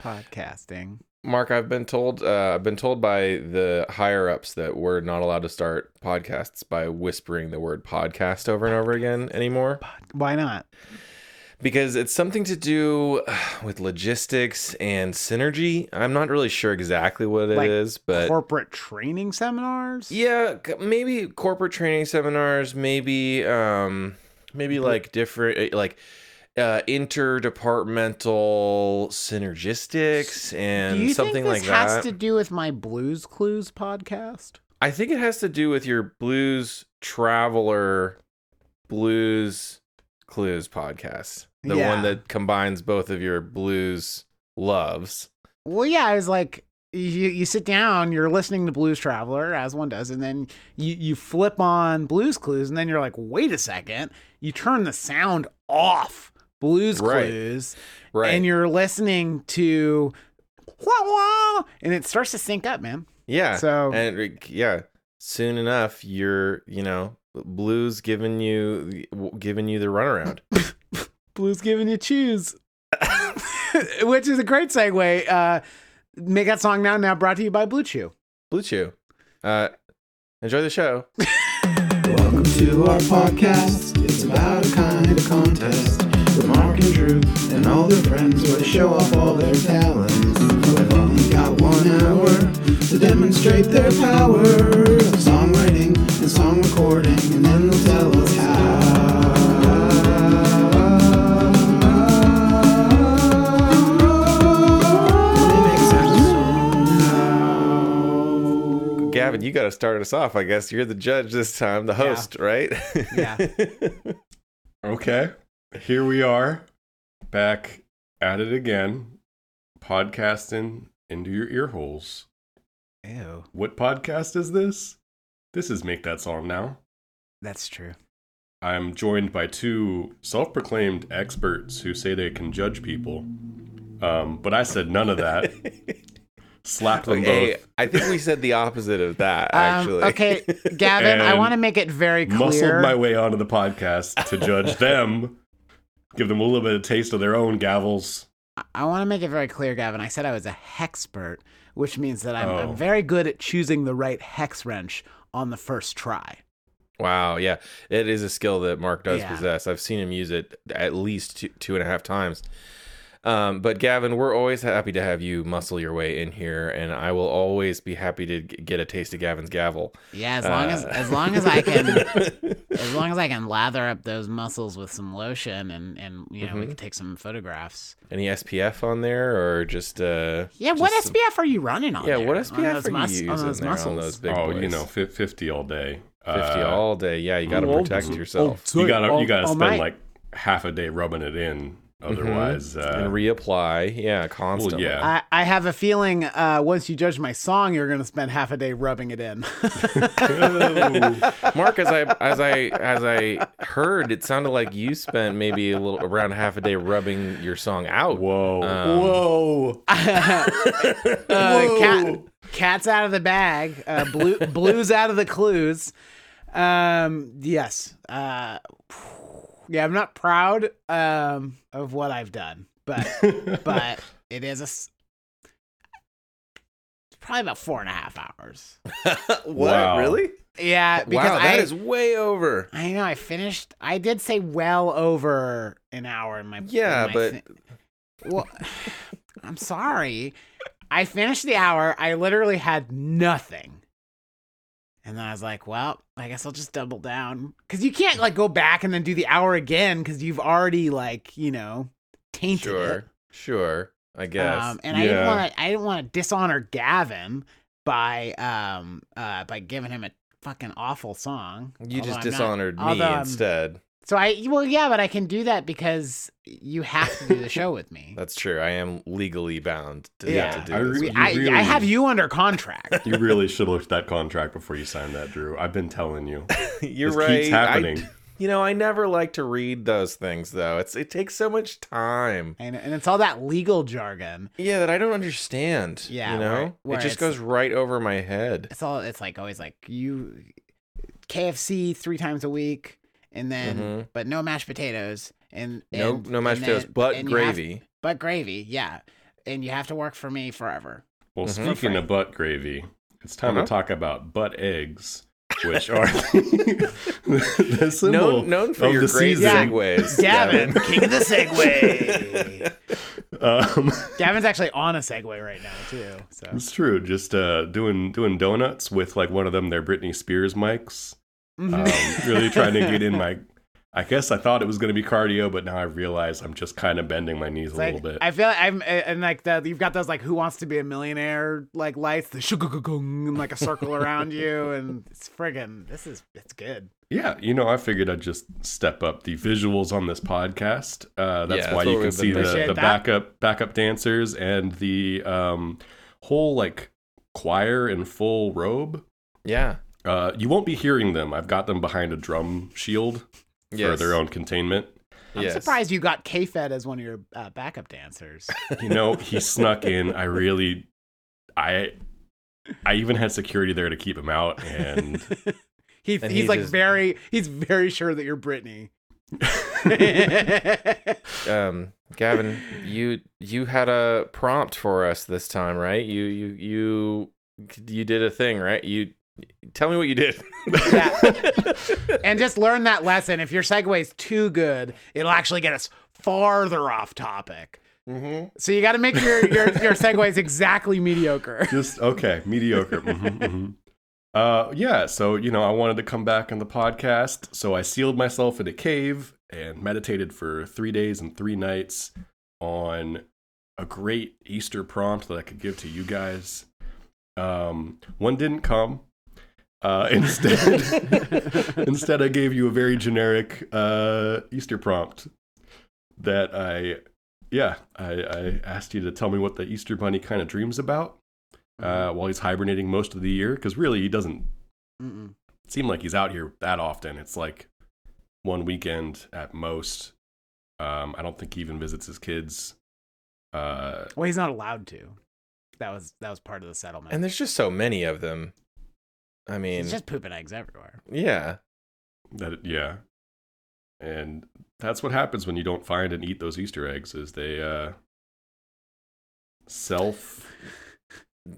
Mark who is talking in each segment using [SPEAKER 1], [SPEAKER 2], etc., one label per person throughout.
[SPEAKER 1] podcasting.
[SPEAKER 2] Mark, I've been told uh, I've been told by the higher ups that we're not allowed to start podcasts by whispering the word podcast over and over again anymore
[SPEAKER 1] Why not?
[SPEAKER 2] because it's something to do uh, with logistics and synergy. I'm not really sure exactly what it is,
[SPEAKER 1] Like
[SPEAKER 2] but
[SPEAKER 1] Corporate training seminars?
[SPEAKER 2] Uh, yeah, c- maybe corporate training seminars, maybe um
[SPEAKER 1] Mm-hmm.
[SPEAKER 2] maybe like different uh, like uh interdepartmental synergistics and
[SPEAKER 1] Do you think
[SPEAKER 2] something
[SPEAKER 1] this
[SPEAKER 2] like
[SPEAKER 1] has
[SPEAKER 2] that.
[SPEAKER 1] to do with my Blues Clues podcast?
[SPEAKER 2] I think it has to do with your blues traveler blues clues podcast. The
[SPEAKER 1] Yeah.
[SPEAKER 2] one that combines both of your blues loves.
[SPEAKER 1] Well, yeah, I was like, you, you sit down, you're listening to Blues Traveler, as one does, and then you, you flip on Blues Clues, and then you're like, wait a second. You turn the sound off Blues
[SPEAKER 2] Right.
[SPEAKER 1] Clues,
[SPEAKER 2] Right.
[SPEAKER 1] and you're listening to wah, wah, and it starts to sync up, man.
[SPEAKER 2] yeah.
[SPEAKER 1] So,
[SPEAKER 2] and like, yeah, soon enough you're, you know, blues giving you giving you the runaround.
[SPEAKER 1] Blues giving you choose, which is a great segue. Uh, Make that song now, now brought to you by Blue Chew.
[SPEAKER 2] Blue Chew. Uh enjoy the show.
[SPEAKER 3] Welcome to our podcast. It's about a kind of contest with Mark and Drew and all their friends where they show off all their talents. They've only got one hour to demonstrate their power of songwriting and song recording, and then they'll tell us how. They make sense.
[SPEAKER 2] Gavin, you got to start us off. I guess you're the judge this time, the host, right?
[SPEAKER 1] Yeah.
[SPEAKER 4] Okay. Here we are back at it again, podcasting into your ear holes.
[SPEAKER 1] Ew,
[SPEAKER 4] What podcast is this? This is Make That Song Now.
[SPEAKER 1] that's true.
[SPEAKER 4] I'm joined by two self proclaimed experts who say they can judge people. Um, but I said none of that. Slap them
[SPEAKER 2] Okay,
[SPEAKER 4] both.
[SPEAKER 2] I think we said the opposite of that, actually.
[SPEAKER 1] Um, okay, Gavin, I
[SPEAKER 4] And
[SPEAKER 1] want to make it very clear.
[SPEAKER 4] Muscled my way onto the podcast to judge them, give them a little bit of taste of their own gavels.
[SPEAKER 1] I want to make it very clear, Gavin. I said I was a hexpert, which means that I'm,
[SPEAKER 4] Oh.
[SPEAKER 1] I'm very good at choosing the right hex wrench on the first try.
[SPEAKER 2] Wow, yeah, it is a skill that Mark does
[SPEAKER 1] Yeah.
[SPEAKER 2] possess. I've seen him use it at least two, two and a half times. Um, but Gavin, we're always happy to have you muscle your way in here, and I will always be happy to g- get a taste of Gavin's gavel.
[SPEAKER 1] Yeah, as long as
[SPEAKER 2] Uh.
[SPEAKER 1] as long as I can as long as I can lather up those muscles with some lotion and and you know we
[SPEAKER 2] Mhm.
[SPEAKER 1] can take some photographs.
[SPEAKER 2] Any SPF on there, or just uh,
[SPEAKER 1] Yeah, what
[SPEAKER 2] Just some-
[SPEAKER 1] SPF are you running on?
[SPEAKER 2] yeah,
[SPEAKER 1] there?
[SPEAKER 2] what
[SPEAKER 1] On
[SPEAKER 2] SPF
[SPEAKER 1] those
[SPEAKER 2] are
[SPEAKER 1] mus-
[SPEAKER 2] you
[SPEAKER 1] on
[SPEAKER 2] using
[SPEAKER 1] those
[SPEAKER 2] there on
[SPEAKER 1] muscles?
[SPEAKER 2] those big
[SPEAKER 4] oh, you
[SPEAKER 2] boys?
[SPEAKER 4] know, fif- 50 all day.
[SPEAKER 2] fifty
[SPEAKER 4] Uh,
[SPEAKER 2] all day. Yeah, you got to
[SPEAKER 4] Well,
[SPEAKER 2] protect
[SPEAKER 4] mm,
[SPEAKER 2] yourself
[SPEAKER 4] you gotta you gotta spend like half a day rubbing it in otherwise
[SPEAKER 2] Mm-hmm. and
[SPEAKER 4] uh,
[SPEAKER 2] reapply. Yeah, constantly.
[SPEAKER 4] yeah.
[SPEAKER 1] I, I have a feeling uh, once you judge my song, you're going to spend half a day rubbing it in.
[SPEAKER 2] Mark, as I as I as I heard, it sounded like you spent maybe a little around half a day rubbing your song out.
[SPEAKER 4] whoa
[SPEAKER 2] Um,
[SPEAKER 4] whoa
[SPEAKER 1] Uh, cat, cat's out of the bag. Uh, blue, blues out of the clues. Um, yes. Uh, yeah, I'm not proud um, of what I've done, but but it is a s- it's probably about four and a half hours.
[SPEAKER 2] what
[SPEAKER 4] Wow.
[SPEAKER 2] really?
[SPEAKER 1] Yeah, because
[SPEAKER 2] wow,
[SPEAKER 1] I
[SPEAKER 2] that is way over.
[SPEAKER 1] I know I finished. I did say well over an hour in my in
[SPEAKER 2] Yeah,
[SPEAKER 1] my
[SPEAKER 2] but
[SPEAKER 1] thi- well, I'm sorry. I finished the hour. I literally had nothing. And then I was like, well, I guess I'll just double down. Cause you can't like go back and then do the hour again because you've already like, you know, tainted
[SPEAKER 2] sure,
[SPEAKER 1] it.
[SPEAKER 2] sure. I guess.
[SPEAKER 1] Um, and I didn't
[SPEAKER 4] Yeah.
[SPEAKER 1] want to. I didn't want to dishonor Gavin by um uh by giving him a fucking awful song. Although
[SPEAKER 2] you just
[SPEAKER 1] I'm not-
[SPEAKER 2] dishonored me
[SPEAKER 1] although I'm-
[SPEAKER 2] instead.
[SPEAKER 1] So I well yeah, but I can do that because you have to do the show with me.
[SPEAKER 2] That's true. I am legally bound to,
[SPEAKER 1] Yeah.
[SPEAKER 2] to do
[SPEAKER 4] I
[SPEAKER 2] this.
[SPEAKER 4] re-
[SPEAKER 1] We-
[SPEAKER 4] You
[SPEAKER 1] I, I
[SPEAKER 4] really-
[SPEAKER 1] have you under contract.
[SPEAKER 4] you really should look at that contract before you sign that drew i've been telling you
[SPEAKER 2] You're
[SPEAKER 4] This
[SPEAKER 2] right.
[SPEAKER 4] keeps
[SPEAKER 2] I-
[SPEAKER 4] happening.
[SPEAKER 2] you know, I never like to read those things though. It's it takes so much time.
[SPEAKER 1] and, and it's all that legal jargon.
[SPEAKER 2] Yeah, that I don't understand.
[SPEAKER 1] Yeah,
[SPEAKER 2] you know,
[SPEAKER 1] where- where
[SPEAKER 2] it just
[SPEAKER 1] it's-
[SPEAKER 2] goes right over my head.
[SPEAKER 1] It's all it's like always like you KFC three times a week and then
[SPEAKER 2] Mhm.
[SPEAKER 1] but no mashed potatoes and,
[SPEAKER 2] No,
[SPEAKER 1] and-
[SPEAKER 2] no mashed
[SPEAKER 1] and
[SPEAKER 2] potatoes,
[SPEAKER 1] then-
[SPEAKER 2] but
[SPEAKER 1] and you have-
[SPEAKER 2] gravy.
[SPEAKER 1] but gravy, yeah. and you have to work for me forever.
[SPEAKER 4] Well,
[SPEAKER 2] Mhm.
[SPEAKER 4] speaking
[SPEAKER 1] Free.
[SPEAKER 4] of butt gravy, it's time
[SPEAKER 2] Uh-huh.
[SPEAKER 4] to talk about butt eggs, which are the, the symbol.
[SPEAKER 2] known, known for
[SPEAKER 4] of
[SPEAKER 2] your
[SPEAKER 4] the
[SPEAKER 2] great
[SPEAKER 4] season.
[SPEAKER 2] segues.
[SPEAKER 1] Gavin, king of the Segway.
[SPEAKER 4] Um,
[SPEAKER 1] Gavin's actually on a Segway right now too. So
[SPEAKER 4] it's true. Just uh, doing doing donuts with like one of them, their Britney Spears mics.
[SPEAKER 1] Mm-hmm.
[SPEAKER 4] Um, really trying to get in my. I guess I thought it was going to be cardio, but now I realize I'm just kind of bending my knees a
[SPEAKER 1] It's like,
[SPEAKER 4] little bit.
[SPEAKER 1] I feel like I'm and like the you've got those like Who Wants to Be a Millionaire like lights, the shugugugong, and like a circle around you, and it's friggin' this is it's good.
[SPEAKER 4] Yeah, you know, I figured I'd just step up the visuals on this podcast. Uh, that's
[SPEAKER 2] Yeah,
[SPEAKER 4] why
[SPEAKER 2] that's what
[SPEAKER 4] you can
[SPEAKER 2] we've
[SPEAKER 4] see
[SPEAKER 1] doing.
[SPEAKER 2] been
[SPEAKER 4] the, the
[SPEAKER 1] Appreciate that.
[SPEAKER 4] backup backup dancers and the um, whole like choir in full robe.
[SPEAKER 2] Yeah.
[SPEAKER 4] Uh, you won't be hearing them. I've got them behind a drum shield for
[SPEAKER 2] Yes.
[SPEAKER 4] their own containment.
[SPEAKER 1] I'm
[SPEAKER 2] Yes.
[SPEAKER 1] surprised you got K Fed as one of your uh, backup dancers.
[SPEAKER 4] You know, he snuck in. I really, I, I even had security there to keep him out, and
[SPEAKER 1] He, he's
[SPEAKER 2] And he
[SPEAKER 1] like
[SPEAKER 2] just-
[SPEAKER 1] very he's very sure that you're Brittany.
[SPEAKER 2] Um, Gavin, you you had a prompt for us this time, right? You you you you did a thing, right? You tell me what you did.
[SPEAKER 1] Yeah. and just learn that lesson. If your segue is too good, it'll actually get us farther off topic.
[SPEAKER 2] mm-hmm.
[SPEAKER 1] So you got to make your your your segues exactly mediocre.
[SPEAKER 4] just okay mediocre Mhm, mhm. uh yeah so you know i wanted to come back on the podcast so i sealed myself in a cave and meditated for three days and three nights on a great easter prompt that i could give to you guys um one didn't come uh instead instead i gave you a very generic uh easter prompt that i yeah i i asked you to tell me what the easter bunny kind of dreams about uh, while he's hibernating most of the year because really he doesn't
[SPEAKER 1] Mm-mm.
[SPEAKER 4] seem like he's out here that often. It's like one weekend at most. Um, I don't think he even visits his kids. Uh,
[SPEAKER 1] Well, he's not allowed to. That was that was part of the settlement.
[SPEAKER 2] And there's just so many of them. I mean,
[SPEAKER 1] he's just pooping eggs everywhere.
[SPEAKER 2] yeah,
[SPEAKER 4] that yeah, and that's what happens when you don't find and eat those Easter eggs. Is they uh, self.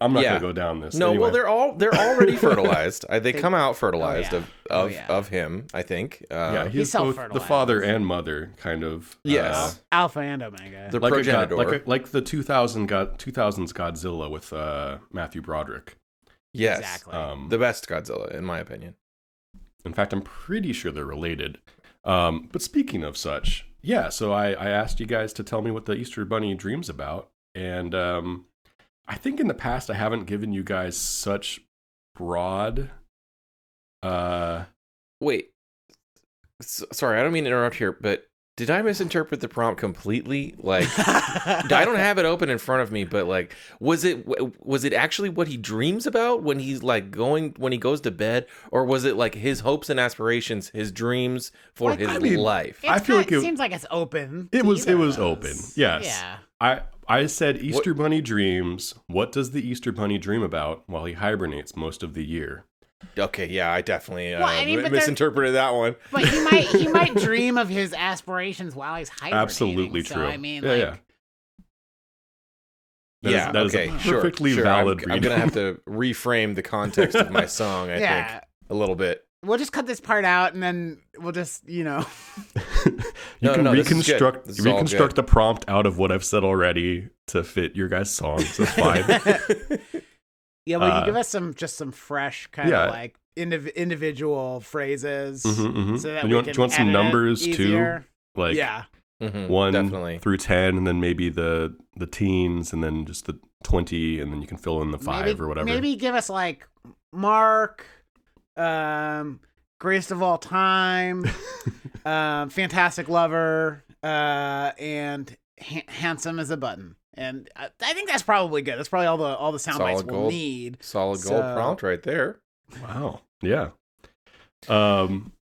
[SPEAKER 4] I'm not
[SPEAKER 2] Yeah.
[SPEAKER 4] gonna go down this.
[SPEAKER 2] no. Well,
[SPEAKER 4] Anyway.
[SPEAKER 2] they're all they're already fertilized. I, they,
[SPEAKER 1] They-
[SPEAKER 2] come out fertilized
[SPEAKER 1] yeah.
[SPEAKER 2] of
[SPEAKER 1] Oh,
[SPEAKER 2] of,
[SPEAKER 1] yeah.
[SPEAKER 2] of him. I think.
[SPEAKER 4] yeah,
[SPEAKER 2] Uh,
[SPEAKER 4] he's,
[SPEAKER 1] He's
[SPEAKER 4] both the
[SPEAKER 1] self-fertilized.
[SPEAKER 4] father and mother, kind of. uh,
[SPEAKER 2] yes.
[SPEAKER 1] Alpha and Omega.
[SPEAKER 2] The
[SPEAKER 4] like a god,
[SPEAKER 2] progenitor.
[SPEAKER 4] like a, like the 2000 god 2000s Godzilla with uh, Matthew Broderick.
[SPEAKER 2] yes.
[SPEAKER 1] Exactly.
[SPEAKER 4] Um,
[SPEAKER 2] The best Godzilla, in my opinion.
[SPEAKER 4] in fact, I'm pretty sure they're related. Um, but speaking of such, yeah. So I, I asked you guys to tell me what the Easter Bunny dreams about, and um, I think in the past I haven't given you guys such broad. Uh,
[SPEAKER 2] Wait. S- sorry, I don't mean to interrupt here, but did I misinterpret the prompt completely? Like, I don't have it open in front of me, but like, was it w- was it actually what he dreams about when he's like going when he goes to bed, or was it like his hopes and aspirations, his dreams for
[SPEAKER 1] Like,
[SPEAKER 2] his
[SPEAKER 4] I mean-
[SPEAKER 2] life?
[SPEAKER 1] It's
[SPEAKER 4] I feel
[SPEAKER 1] not-
[SPEAKER 4] like it-
[SPEAKER 1] seems like it's open.
[SPEAKER 4] It
[SPEAKER 1] to
[SPEAKER 4] was-
[SPEAKER 1] either
[SPEAKER 4] it
[SPEAKER 1] of
[SPEAKER 4] was
[SPEAKER 1] those.
[SPEAKER 4] open, yes.
[SPEAKER 1] Yeah.
[SPEAKER 4] I I said Easter Bunny dreams. What does the Easter Bunny dream about while he hibernates most of the year?
[SPEAKER 2] Okay, yeah, I definitely uh,
[SPEAKER 1] Well, I mean, but
[SPEAKER 2] mi-
[SPEAKER 1] there-
[SPEAKER 2] misinterpreted that one.
[SPEAKER 1] But he might he might dream of his aspirations while he's hibernating.
[SPEAKER 4] Absolutely
[SPEAKER 1] so,
[SPEAKER 4] true.
[SPEAKER 1] I mean,
[SPEAKER 4] Yeah,
[SPEAKER 1] like,
[SPEAKER 4] yeah. That is-
[SPEAKER 2] yeah,
[SPEAKER 4] that is a
[SPEAKER 2] okay, sure,
[SPEAKER 4] perfectly
[SPEAKER 2] sure,
[SPEAKER 4] valid
[SPEAKER 2] I'm, I'm gonna
[SPEAKER 4] reading.
[SPEAKER 2] have to reframe the context of my song. I
[SPEAKER 1] yeah.
[SPEAKER 2] think a little bit.
[SPEAKER 1] We'll just cut this part out, and then we'll just you know.
[SPEAKER 4] You
[SPEAKER 2] No,
[SPEAKER 4] can
[SPEAKER 2] no, this is good.
[SPEAKER 4] reconstruct
[SPEAKER 2] This is all
[SPEAKER 4] reconstruct
[SPEAKER 2] good.
[SPEAKER 4] the prompt out of what I've said already to fit your guys' songs. That's fine.
[SPEAKER 1] Yeah, well,
[SPEAKER 4] Uh,
[SPEAKER 1] you give us some just some fresh kind
[SPEAKER 4] yeah.
[SPEAKER 1] of like indiv- individual phrases,
[SPEAKER 4] Mhm, mhm.
[SPEAKER 1] so that
[SPEAKER 4] And
[SPEAKER 1] we
[SPEAKER 4] you want,
[SPEAKER 1] can
[SPEAKER 4] do you want
[SPEAKER 1] edit
[SPEAKER 4] some
[SPEAKER 1] it
[SPEAKER 4] numbers too,
[SPEAKER 1] easier.
[SPEAKER 4] like
[SPEAKER 1] yeah,
[SPEAKER 2] Mhm,
[SPEAKER 4] one
[SPEAKER 2] definitely.
[SPEAKER 4] through ten, and then maybe the the teens, and then just the twenty, and then you can fill in the five
[SPEAKER 1] maybe,
[SPEAKER 4] or whatever.
[SPEAKER 1] Maybe give us like Mark, um, greatest of all time, um, fantastic lover, uh, and ha- handsome as a button. And I, I think that's probably good. That's probably all the all the sound bites
[SPEAKER 2] Solid
[SPEAKER 1] we'll
[SPEAKER 2] gold.
[SPEAKER 1] need.
[SPEAKER 2] Solid gold
[SPEAKER 1] So-
[SPEAKER 2] prompt right there.
[SPEAKER 4] Wow. Yeah. Um,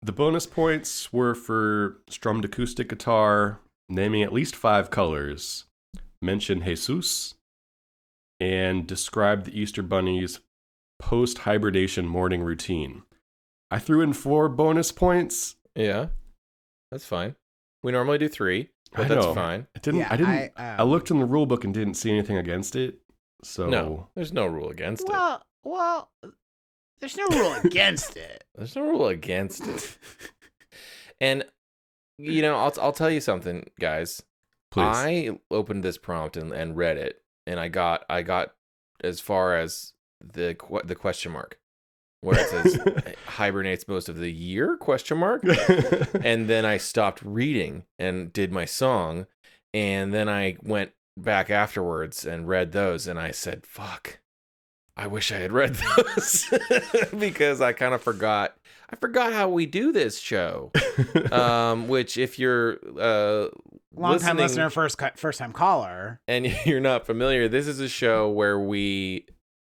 [SPEAKER 4] the bonus points were for strummed acoustic guitar, naming at least five colors, mention Jesus, and describe the Easter Bunny's post hibernation morning routine. I threw in four bonus points.
[SPEAKER 2] Yeah, that's fine. We normally do three, but
[SPEAKER 4] I
[SPEAKER 2] that's
[SPEAKER 4] know.
[SPEAKER 2] fine.
[SPEAKER 4] It didn't.
[SPEAKER 1] Yeah,
[SPEAKER 4] I didn't. I,
[SPEAKER 1] I, uh,
[SPEAKER 4] looked in the rule book and didn't see anything against it. So
[SPEAKER 2] No, there's no rule against it.
[SPEAKER 1] Well, well, there's no rule against it.
[SPEAKER 2] There's no rule against it. and you know, I'll I'll tell you something, guys.
[SPEAKER 4] please.
[SPEAKER 2] I opened this prompt and, and read it, and I got I got as far as the que- the question mark, where it says hibernates most of the year question mark, and then I stopped reading and did my song, and then I went back afterwards and read those, and I said, "Fuck, I wish I had read those because I kind of forgot. I forgot how we do this show." um, which, if you're uh,
[SPEAKER 1] Long time
[SPEAKER 2] listening-
[SPEAKER 1] listener, first cu- first time caller.
[SPEAKER 2] and you're not familiar, this is a show where we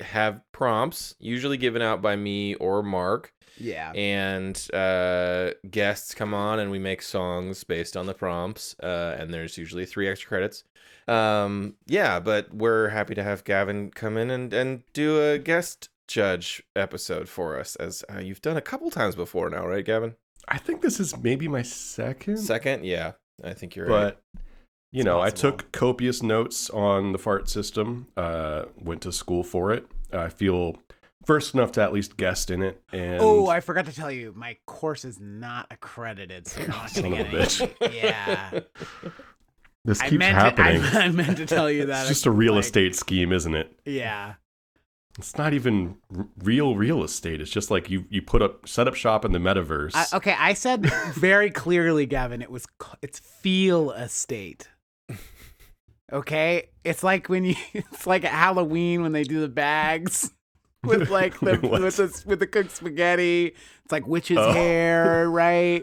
[SPEAKER 2] have prompts, usually given out by me or Mark,
[SPEAKER 1] Yeah.
[SPEAKER 2] and uh, guests come on and we make songs based on the prompts. Uh, and there's usually three extra credits. Um, yeah, but we're happy to have Gavin come in and, and do a guest judge episode for us, as uh, you've done a couple times before now, right, Gavin?
[SPEAKER 4] I think this is maybe my second.
[SPEAKER 2] Second, yeah, I think you're right.
[SPEAKER 4] but you
[SPEAKER 1] It's
[SPEAKER 4] know, I
[SPEAKER 1] possible.
[SPEAKER 4] took copious notes on the fart system. Uh, went to school for it. I feel versed enough to at least guest in it. And
[SPEAKER 1] oh, I forgot to tell you, my course is not accredited, so I'm not
[SPEAKER 4] Son
[SPEAKER 1] gonna
[SPEAKER 4] of a
[SPEAKER 1] get any. Yeah,
[SPEAKER 4] this
[SPEAKER 1] I
[SPEAKER 4] keeps
[SPEAKER 1] meant
[SPEAKER 4] happening.
[SPEAKER 1] To, I, I meant to tell you that.
[SPEAKER 4] it's just a real
[SPEAKER 1] like,
[SPEAKER 4] estate scheme, isn't it?
[SPEAKER 1] Yeah,
[SPEAKER 4] It's not even r- real real estate. It's just like you you put up set up shop in the metaverse.
[SPEAKER 1] I, okay. I said very clearly, Gavin. It was c- it's feel estate. Okay, it's like when you it's like at Halloween when they do the bags with like the
[SPEAKER 4] What?
[SPEAKER 1] with the with the cooked spaghetti. It's like witch's
[SPEAKER 4] Oh.
[SPEAKER 1] hair, right?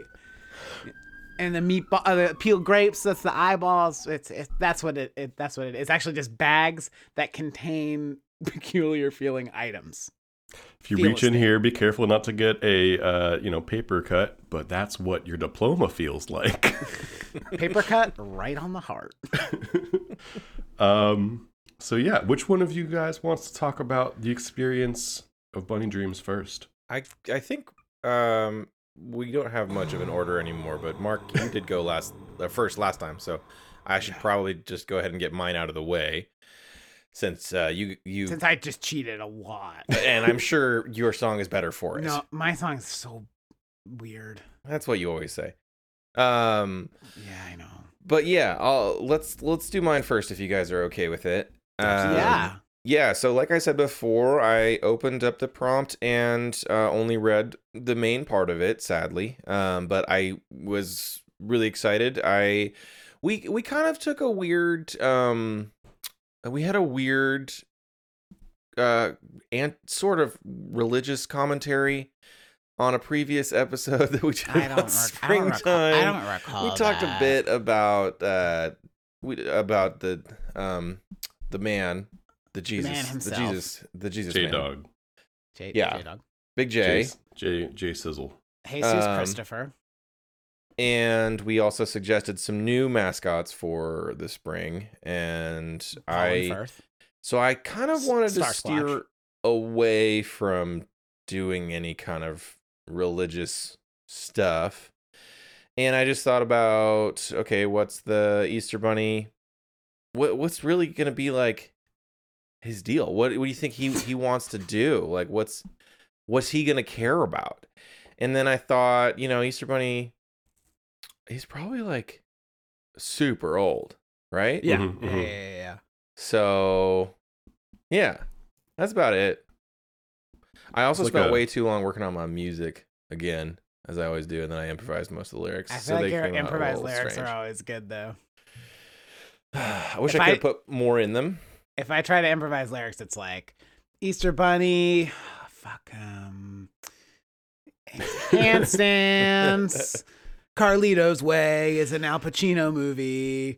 [SPEAKER 1] And the meatball, uh, the peeled grapes. That's the eyeballs. It's, it's that's what it, it that's what it is. It's actually just bags that contain peculiar feeling items.
[SPEAKER 4] if you
[SPEAKER 1] feel
[SPEAKER 4] reach in
[SPEAKER 1] estate.
[SPEAKER 4] here, be careful not to get a uh, you know paper cut. But that's what your diploma feels like.
[SPEAKER 1] Paper cut right on the heart.
[SPEAKER 4] um. So yeah, which one of you guys wants to talk about the experience of Bunny Dreams first?
[SPEAKER 2] I I think um we don't have much of an order anymore, but Mark, you did go last uh, first last time, so I should probably just go ahead and get mine out of the way since uh, you you
[SPEAKER 1] Since I just cheated a lot.
[SPEAKER 2] and I'm sure your song is better for it.
[SPEAKER 1] No, my song's so weird.
[SPEAKER 2] That's what you always say. Um
[SPEAKER 1] Yeah, I know.
[SPEAKER 2] but yeah, I'll let's let's do mine first if you guys are okay with it. Um,
[SPEAKER 1] yeah.
[SPEAKER 2] Yeah, so like I said before, I opened up the prompt and uh, only read the main part of it, sadly. Um, but I was really excited. I we we kind of took a weird um we had a weird uh and sort of religious commentary on a previous episode that we did
[SPEAKER 1] I don't,
[SPEAKER 2] about
[SPEAKER 1] rec- I don't recall.
[SPEAKER 2] springtime
[SPEAKER 1] I don't recall.
[SPEAKER 2] we talked a
[SPEAKER 1] Oh, that.
[SPEAKER 2] bit about uh we about the um the man the jesus
[SPEAKER 1] himself.
[SPEAKER 2] the jesus the jesus
[SPEAKER 4] J
[SPEAKER 2] man.
[SPEAKER 4] Dog,
[SPEAKER 1] J-
[SPEAKER 2] yeah.
[SPEAKER 1] J-Dog.
[SPEAKER 2] big j
[SPEAKER 4] J J Sizzle.
[SPEAKER 1] Jesus
[SPEAKER 2] Um,
[SPEAKER 1] Christopher.
[SPEAKER 2] and we also suggested some new mascots for the spring and i
[SPEAKER 1] Colin Firth.
[SPEAKER 2] so i kind of
[SPEAKER 1] S-
[SPEAKER 2] wanted to
[SPEAKER 1] Star Splash.
[SPEAKER 2] steer away from doing any kind of religious stuff and i just thought about okay what's the easter bunny what what's really gonna be like his deal what what do you think he he wants to do like what's what's he gonna care about and then i thought you know easter bunny he's probably like super old right
[SPEAKER 1] Yeah.
[SPEAKER 4] Mhm,
[SPEAKER 1] yeah,
[SPEAKER 4] mhm.
[SPEAKER 1] yeah, yeah,
[SPEAKER 2] mm-hmm. so, yeah, that's about it. I also
[SPEAKER 4] It's like
[SPEAKER 2] spent
[SPEAKER 4] a-
[SPEAKER 2] way too long working on my music again, as I always do, and then I improvised most of the lyrics.
[SPEAKER 1] I feel
[SPEAKER 2] so
[SPEAKER 1] like
[SPEAKER 2] they
[SPEAKER 1] your
[SPEAKER 2] came out a
[SPEAKER 1] improvised
[SPEAKER 2] little
[SPEAKER 1] lyrics
[SPEAKER 2] strange.
[SPEAKER 1] are always good, though.
[SPEAKER 2] I wish
[SPEAKER 1] If
[SPEAKER 2] I could
[SPEAKER 1] I-
[SPEAKER 2] put more in them.
[SPEAKER 1] If I try to improvise lyrics, it's like Easter Bunny, fuck um, handstands, Carlito's Way is an Al Pacino movie,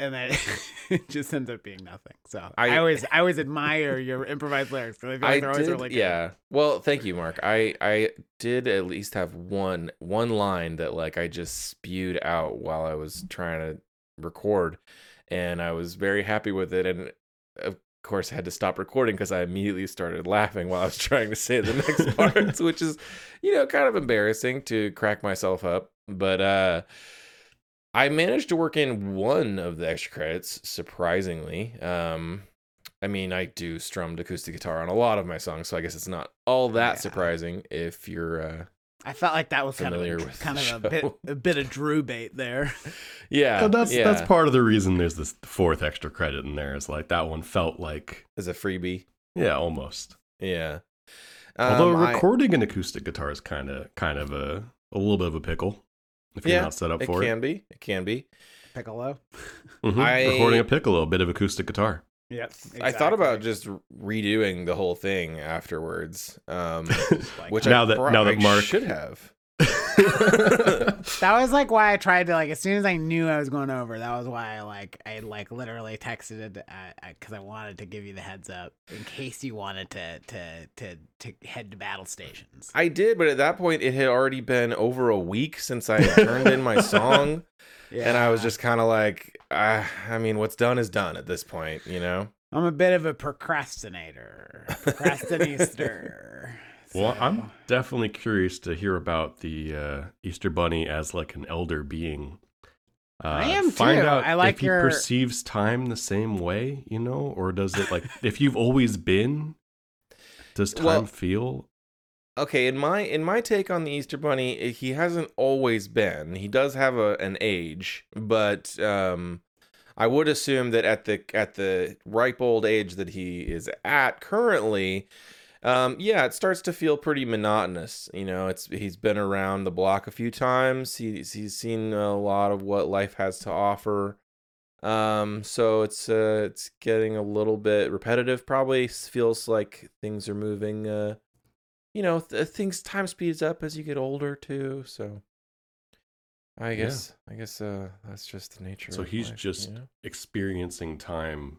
[SPEAKER 1] and then it just ends up being nothing. So I,
[SPEAKER 2] I-
[SPEAKER 1] always, I always admire your improvised lyrics. 'cause I feel like they're always
[SPEAKER 2] did,
[SPEAKER 1] really good.
[SPEAKER 2] yeah. Well, thank you, Mark. I I did at least have one one line that like I just spewed out while I was trying to record, and I was very happy with it, and of course had to stop recording because I immediately started laughing while I was trying to say the next parts, which is you know kind of embarrassing to crack myself up, but uh. I managed to work in one of the extra credits, surprisingly. Um, I mean, I do strummed acoustic guitar on a lot of my songs, so I guess it's not all that
[SPEAKER 1] Yeah.
[SPEAKER 2] surprising if you're. Uh,
[SPEAKER 1] I felt like that was kind
[SPEAKER 2] Familiar
[SPEAKER 1] of a,
[SPEAKER 2] with
[SPEAKER 1] kind
[SPEAKER 2] the
[SPEAKER 1] of a bit
[SPEAKER 2] show.
[SPEAKER 1] a bit of Drew bait there.
[SPEAKER 2] yeah,
[SPEAKER 4] So Oh, that's
[SPEAKER 2] yeah,
[SPEAKER 4] that's part of the reason there's this fourth extra credit in there is like that one felt like
[SPEAKER 2] as a freebie.
[SPEAKER 4] yeah almost.
[SPEAKER 2] Yeah.
[SPEAKER 4] Although
[SPEAKER 2] Um, I-
[SPEAKER 4] recording an acoustic guitar is kind of kind of a a little bit of a pickle if you're
[SPEAKER 2] Yeah,
[SPEAKER 4] not set up
[SPEAKER 2] it
[SPEAKER 4] for
[SPEAKER 2] can be, it can be.
[SPEAKER 1] Piccolo.
[SPEAKER 4] it. Mhm.
[SPEAKER 2] I-
[SPEAKER 4] Recording a piccolo, a bit of acoustic guitar.
[SPEAKER 1] Yep.
[SPEAKER 2] I thought about just redoing the whole thing afterwards, um, which
[SPEAKER 4] Now
[SPEAKER 2] I
[SPEAKER 4] that-
[SPEAKER 2] prob-
[SPEAKER 4] now that
[SPEAKER 2] I
[SPEAKER 4] Mark-
[SPEAKER 2] should have.
[SPEAKER 1] that was like why I tried to like as soon as I knew I was going over. That was why I like I like literally texted it because I, 'cause I wanted to give you the heads up in case you wanted to to to to head to battle stations.
[SPEAKER 2] I did, but at that point, it had already been over a week since I had turned in my song, and I was just kind of like, I, I mean, what's done is done at this point, you know.
[SPEAKER 1] I'm a bit of a procrastinator, procrastinator.
[SPEAKER 4] Well,
[SPEAKER 1] So-
[SPEAKER 4] I'm definitely curious to hear about the uh, Easter Bunny as like an elder being. Uh,
[SPEAKER 1] I am
[SPEAKER 4] find
[SPEAKER 1] too.
[SPEAKER 4] out
[SPEAKER 1] I like
[SPEAKER 4] if he
[SPEAKER 1] your-
[SPEAKER 4] perceives time the same way, you know, or does it like if you've always been, does time
[SPEAKER 2] Well-
[SPEAKER 4] feel?
[SPEAKER 2] Okay, in my in my take on the Easter Bunny, i- he hasn't always been. He does have a an age, but um, I would assume that at the at the ripe old age that he is at currently, um, yeah, it starts to feel pretty monotonous. You know, it's he's been around the block a few times. He's he's seen a lot of what life has to offer. Um, so it's uh, it's getting a little bit repetitive. Probably S- feels like things are moving. Uh, you know, th- things time speeds up as you get older too. So. I
[SPEAKER 4] Yeah.
[SPEAKER 2] guess I guess uh, that's just the nature.
[SPEAKER 4] So
[SPEAKER 2] of
[SPEAKER 4] he's
[SPEAKER 2] life,
[SPEAKER 4] just
[SPEAKER 2] you know?
[SPEAKER 4] Experiencing time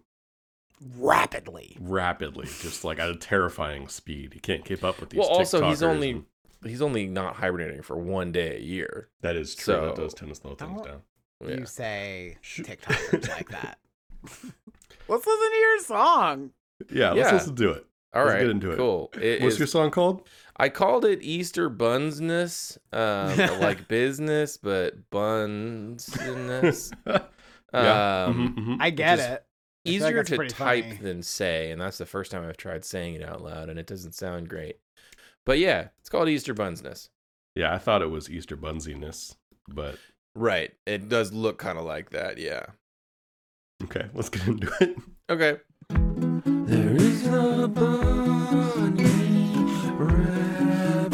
[SPEAKER 1] rapidly.
[SPEAKER 4] rapidly, just like at a terrifying speed. He can't keep up with these.
[SPEAKER 2] Well, also he's
[SPEAKER 4] TikTokers
[SPEAKER 2] only
[SPEAKER 4] and-
[SPEAKER 2] he's only not hibernating for one day a year.
[SPEAKER 4] that is true. that
[SPEAKER 2] so-
[SPEAKER 4] does tend to slow things
[SPEAKER 1] Don't-
[SPEAKER 4] down.
[SPEAKER 2] Yeah.
[SPEAKER 1] You say
[SPEAKER 4] Sh-
[SPEAKER 1] TikTokers like that. Let's listen to your song.
[SPEAKER 4] Yeah,
[SPEAKER 2] Yeah.
[SPEAKER 4] let's listen to it.
[SPEAKER 2] All
[SPEAKER 4] Let's
[SPEAKER 2] right,
[SPEAKER 4] get into it.
[SPEAKER 2] Cool. It
[SPEAKER 4] What's
[SPEAKER 2] is-
[SPEAKER 4] your song called?
[SPEAKER 2] I called it Easter bunsness, um, like business, but bunsness.
[SPEAKER 4] Yeah.
[SPEAKER 2] Um,
[SPEAKER 4] Mhm, mhm.
[SPEAKER 1] I get
[SPEAKER 2] just-
[SPEAKER 1] it. I feel like
[SPEAKER 2] Easier
[SPEAKER 1] that's
[SPEAKER 2] to
[SPEAKER 1] pretty
[SPEAKER 2] type
[SPEAKER 1] funny.
[SPEAKER 2] than say, and that's the first time I've tried saying it out loud, and it doesn't sound great. But yeah, it's called Easter bunsness.
[SPEAKER 4] Yeah, I thought it was Easter bunziness, but
[SPEAKER 2] Right. It does look kind of like that. Yeah.
[SPEAKER 4] okay, let's get into it.
[SPEAKER 2] Okay.
[SPEAKER 3] There is a bunny rabbit,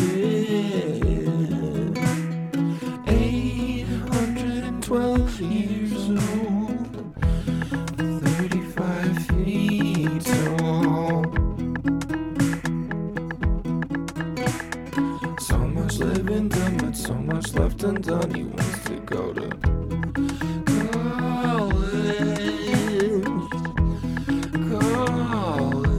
[SPEAKER 3] 812 years old, 35 feet tall. So much living done, but so much left undone. He wants to go to college college.